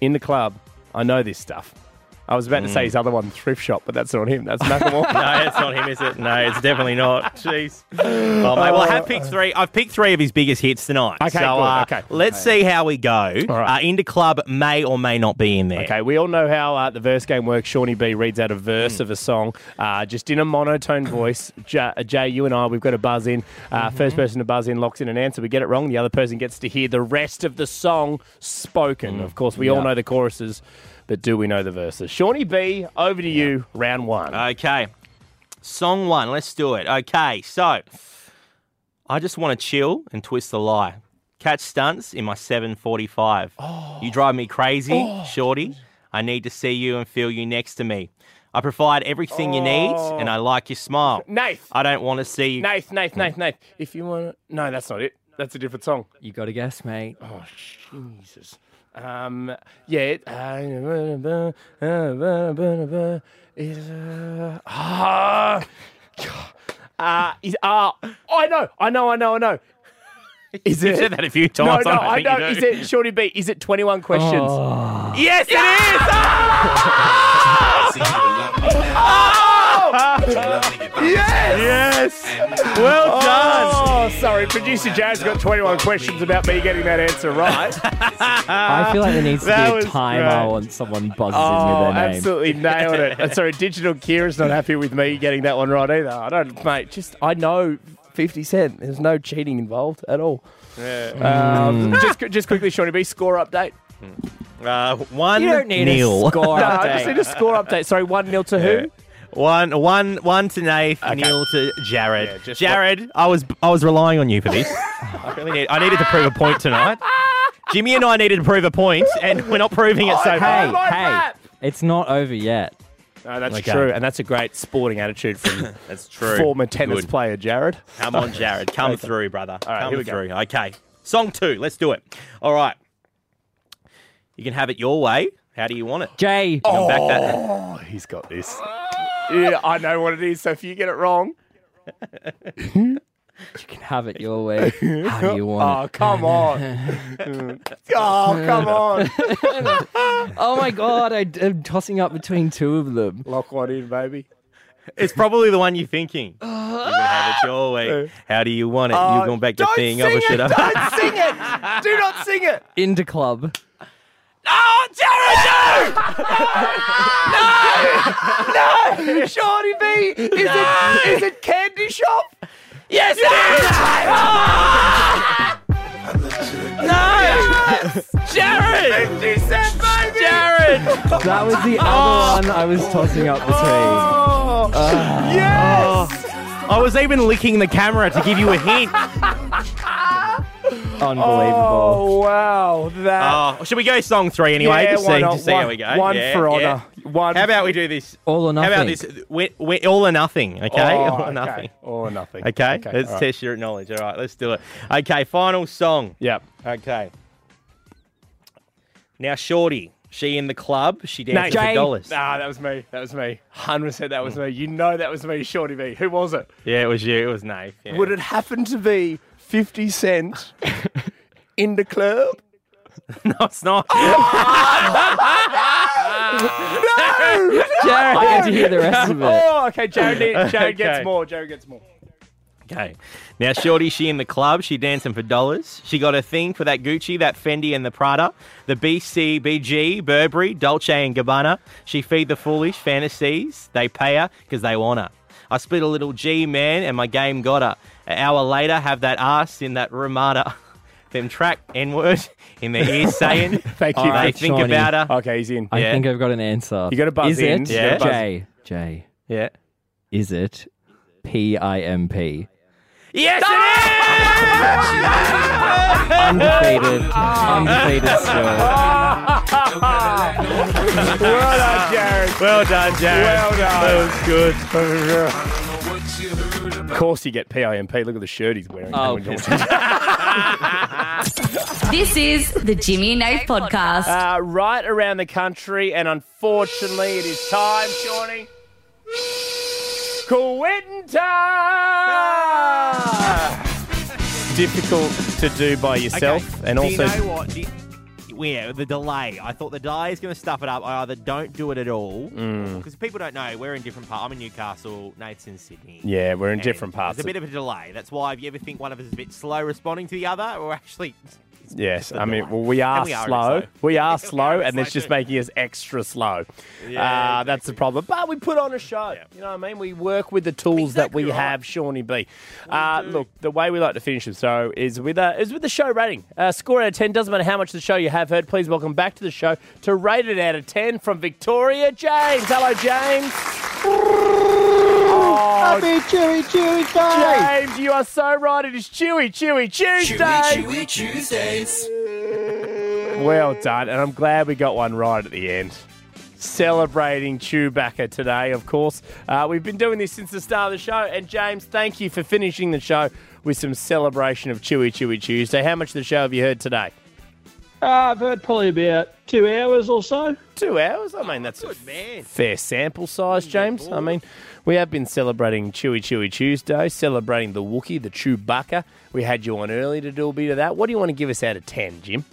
S3: in the club, I know this stuff. I was about to say
S21: Mm.
S3: his other one, Thrift Shop, but that's not him. That's
S21: [LAUGHS]
S3: Macklemore.
S21: no, it's not him, is it? No, it's definitely not. Jeez. Oh, mate. Well, I have picked three. I've picked three of his biggest hits tonight.
S3: Uh,
S21: so,
S3: Okay, good.
S21: uh,
S3: Okay.
S21: Let's see how we go. Uh, Into Club may or may not be in there.
S3: Okay, we all know how uh, the verse game works. Shawnee B reads out a verse
S21: Mm.
S3: of a song uh, just in a monotone voice. J- uh, Jay, you and I, we've got to buzz in. Uh,
S21: Mm-hmm.
S3: First person to buzz in locks in an answer. We get it wrong. The other person gets to hear the rest of the song spoken. Of course, we all
S21: Mm. Yeah.
S3: know the choruses, but do we know the verses? Shawnee B, over to you, round one.
S21: Okay. Song one. Let's do it. Okay. So, I just want to chill and twist the lie. Catch stunts in my 745.
S3: Oh.
S21: You drive me crazy,
S24: Oh.
S21: shorty. I need to see you and feel you next to me. I provide everything you need, and
S3: Oh.
S21: I like your smile.
S3: Nath.
S21: I don't want to see you.
S3: Nath, Nath, Nath, Nath. If you want to. No, that's not it. That's a different song.
S17: you got to guess, mate.
S3: Oh, Jesus. Um, yeah. It, uh, ah, uh, is, ah, I know, I know, I know, I know. Is
S21: You've
S3: it?
S21: said that a few times,
S3: No,
S21: I
S3: no,
S21: don't
S3: I,
S21: think you Oh.
S3: know.
S21: do.
S3: Is it Shorty B? Is it Twenty One Questions? Yes, it is. Yes! Yes! Well done! Oh, sorry, producer Jared's got 21 questions about me getting that answer right.
S17: I feel like there needs to
S3: That
S17: be a
S3: was
S17: timer
S3: great.
S17: once someone buzzes in
S3: Oh,
S17: with their name.
S3: absolutely nailed it. Uh, Sorry, Digital Kira's not happy with me getting that one right either. I don't, mate, just, I know 50 Cent. There's no cheating involved at all.
S17: Mm.
S21: Yeah.
S3: Um, just, just quickly, Shawnee B, score update.
S21: Uh, one
S3: You don't need a
S21: nil. [LAUGHS]
S3: score No, I just update. need a score update. Sorry, one nil to who?
S21: One, one, one to Nath, nil to Jared. Jared, I was I was relying on you for [LAUGHS] this. I really need, I needed to prove a point tonight. Jimmy and I needed to prove a point, and we're not proving it so far.
S17: hey, hey, it's not over yet.
S3: No, that's
S21: Okay.
S3: true, and that's a great sporting attitude from
S21: [LAUGHS] that's true.
S3: former tennis
S21: Good.
S3: player Jared.
S21: Come on, [LAUGHS] Jared. Come
S3: Okay.
S21: through, brother.
S3: All right,
S21: Come
S3: here we go.
S21: through. Okay. Song two. Let's do it. All right. You can have it your way. How do you want it?
S17: Jay.
S21: Come back that.
S3: Oh, he's got this. Oh. yeah, I know what it is. So if you get it wrong,
S17: You can have it your
S3: [LAUGHS]
S17: way. How do you want
S3: oh
S17: [LAUGHS]
S3: come on, oh come on,
S17: it? [LAUGHS] Oh my god, I, am tossing up between two of them.
S3: lock one in, baby.
S21: It's probably the one you're thinking. You can have it your way. How do you want it?
S3: Oh,
S21: You're going to back the
S3: don't
S21: thing up
S3: sing
S21: or shit [LAUGHS]
S3: it,
S21: up.
S3: Don't sing it. Do not sing it.
S17: Into club.
S3: Oh, Jared, no! no! No! Shorty B, is, it, is it Candy Shop? Yes, it is! No! Jared! 50 Cent, baby! Jared!
S17: That was the
S21: Oh.
S17: other one I was tossing up
S21: [LAUGHS]
S17: between.
S3: Oh, yes!
S21: I was even licking the camera to give you a [LAUGHS] hint.
S17: Unbelievable.
S3: Oh, wow. That.
S21: Oh, should we go song three anyway?
S3: Yeah,
S21: just
S3: why
S21: see,
S3: not?
S21: just see
S3: One-
S21: how we go.
S3: one
S21: Yeah,
S3: for
S21: yeah.
S3: honour. One.
S21: How about we do this?
S17: All or
S21: How about
S17: nothing.
S21: this? We, we, all or nothing, okay?
S3: Oh,
S21: all [LAUGHS] or
S3: okay.
S21: nothing.
S3: Or nothing.
S21: Okay,
S3: Okay,
S21: let's
S3: all right.
S21: test your knowledge. All right, let's do it. Okay, final song.
S3: Yep.
S21: Okay. Now, Shorty, she in the club, she
S3: No,
S21: dances for dollars.
S3: Nah, that was me. That was me. 100% that was me. You know that was me, Shorty B. Who was it?
S21: Yeah, it was you. It was Nate. Yeah.
S3: Would it happen to be
S21: [LAUGHS]
S3: 50 Cent in the club?
S21: No, it's not.
S3: no!
S17: Jared, I get to hear the rest of it.
S3: Oh, okay. Jared,
S17: [LAUGHS]
S3: need- Jared gets
S21: Okay.
S3: more. Jared gets more.
S21: Okay. Now, Shorty, she in the club. She dancing for dollars. She got a thing for that Gucci, that Fendi, and the Prada, the BC, BG, Burberry, Dolce and Gabbana. She feed the foolish fantasies. They pay her because they want her. I split a little G man and my game got her. An hour later, have that ass in that Ramada. [LAUGHS] Them track N word in their
S3: [LAUGHS]
S17: [LAUGHS]
S21: ears saying. "Oh,
S3: Thank you.
S21: They think about her.
S3: Okay, he's in.
S21: Yeah.
S17: I think I've got an answer.
S3: You gotta buzz
S17: Is
S3: in.
S17: it
S3: You gotta buzz-
S17: J? J.
S21: Yeah.
S17: Is it P I M P?
S21: Yes,
S3: [LAUGHS]
S17: Undefeated. Undefeated still.
S3: well done, Jared.
S21: Well done, Jared.
S3: Well done.
S21: That
S3: was good. Of course, you get PIMP. Look at the shirt he's wearing.
S17: Oh, [LAUGHS]
S3: [LAUGHS]
S1: This is the Jimmy and Nate podcast.
S3: Uh, right around the country, and unfortunately, it is time, Shawnee. Quitting time! Difficult to do by yourself, and
S21: Do
S3: also.
S21: you know what? Do you- yeah, the delay. I thought the delay is going to stuff it up. I either don't do it at all
S3: Mm.
S21: because people don't know we're in different parts. I'm in Newcastle. Nate's in Sydney.
S3: Yeah, we're in
S21: And
S3: different parts.
S21: There's a bit of a delay. That's why if you ever think one of us is a bit slow responding to the other, we're actually
S3: Yes, I mean, well, we are
S21: we are a bit
S3: slow.
S21: slow.
S3: We
S21: [LAUGHS]
S3: are slow, and it's just making us extra slow.
S21: Yeah,
S3: uh, that's the problem. But we put on a show. You know what I mean? We work with the tools that we have, Shawnee B. Uh, look, the way we like to finish the show is with a, is with the show rating. Uh, score out of 10, doesn't matter how much of the show you have heard. Please welcome back to the show to rate it out of 10 from Victoria James. Hello, James. Oh,
S18: Happy Chewy Chewy Day!
S3: James, you are so right. It is Chewy, Chewy Tuesday.
S18: Chewy Tuesdays!
S3: Well done, and I'm glad we got one right at the end. Celebrating Chewbacca today, of course. Uh, we've been doing this since the start of the show, and James, thank you for finishing the show with some celebration of Chewy Chewy Tuesday. How much of the show have you heard today?
S8: Uh, I've heard probably about two hours or so.
S3: Two hours? I mean,
S21: Oh,
S3: that's good man. Fair sample size, James. I mean, we have been celebrating Chewy Chewy Tuesday, celebrating the Wookiee, the Chewbacca. We had you on early to do a bit of that. What do you want to give us out of 10, Jim?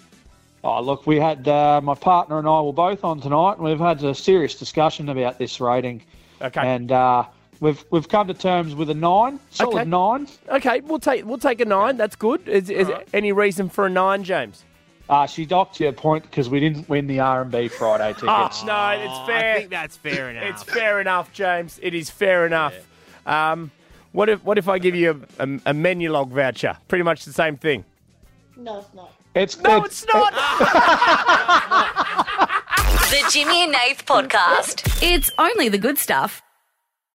S8: Oh, look, we had uh, my partner and I were both on tonight, and we've had a serious discussion about this rating.
S3: Okay.
S8: And uh, we've we've come to terms with a nine, solid
S3: Okay.
S8: nine.
S3: Okay, we'll take we'll take a nine. That's good. Is, is any reason for a nine, James?
S8: Uh, she docked you a point because we didn't win the R and B
S3: [LAUGHS]
S8: Friday tickets.
S3: Oh, no, it's fair. I think
S21: that's fair enough.
S3: [LAUGHS] It's fair enough, James. It is fair enough. Um, what if what if I give you a, a, a menu log voucher? Pretty much the same thing.
S14: No, it's not.
S8: It's
S3: no, it's, not.
S1: The Jimmy and Nath podcast. It's only the good stuff.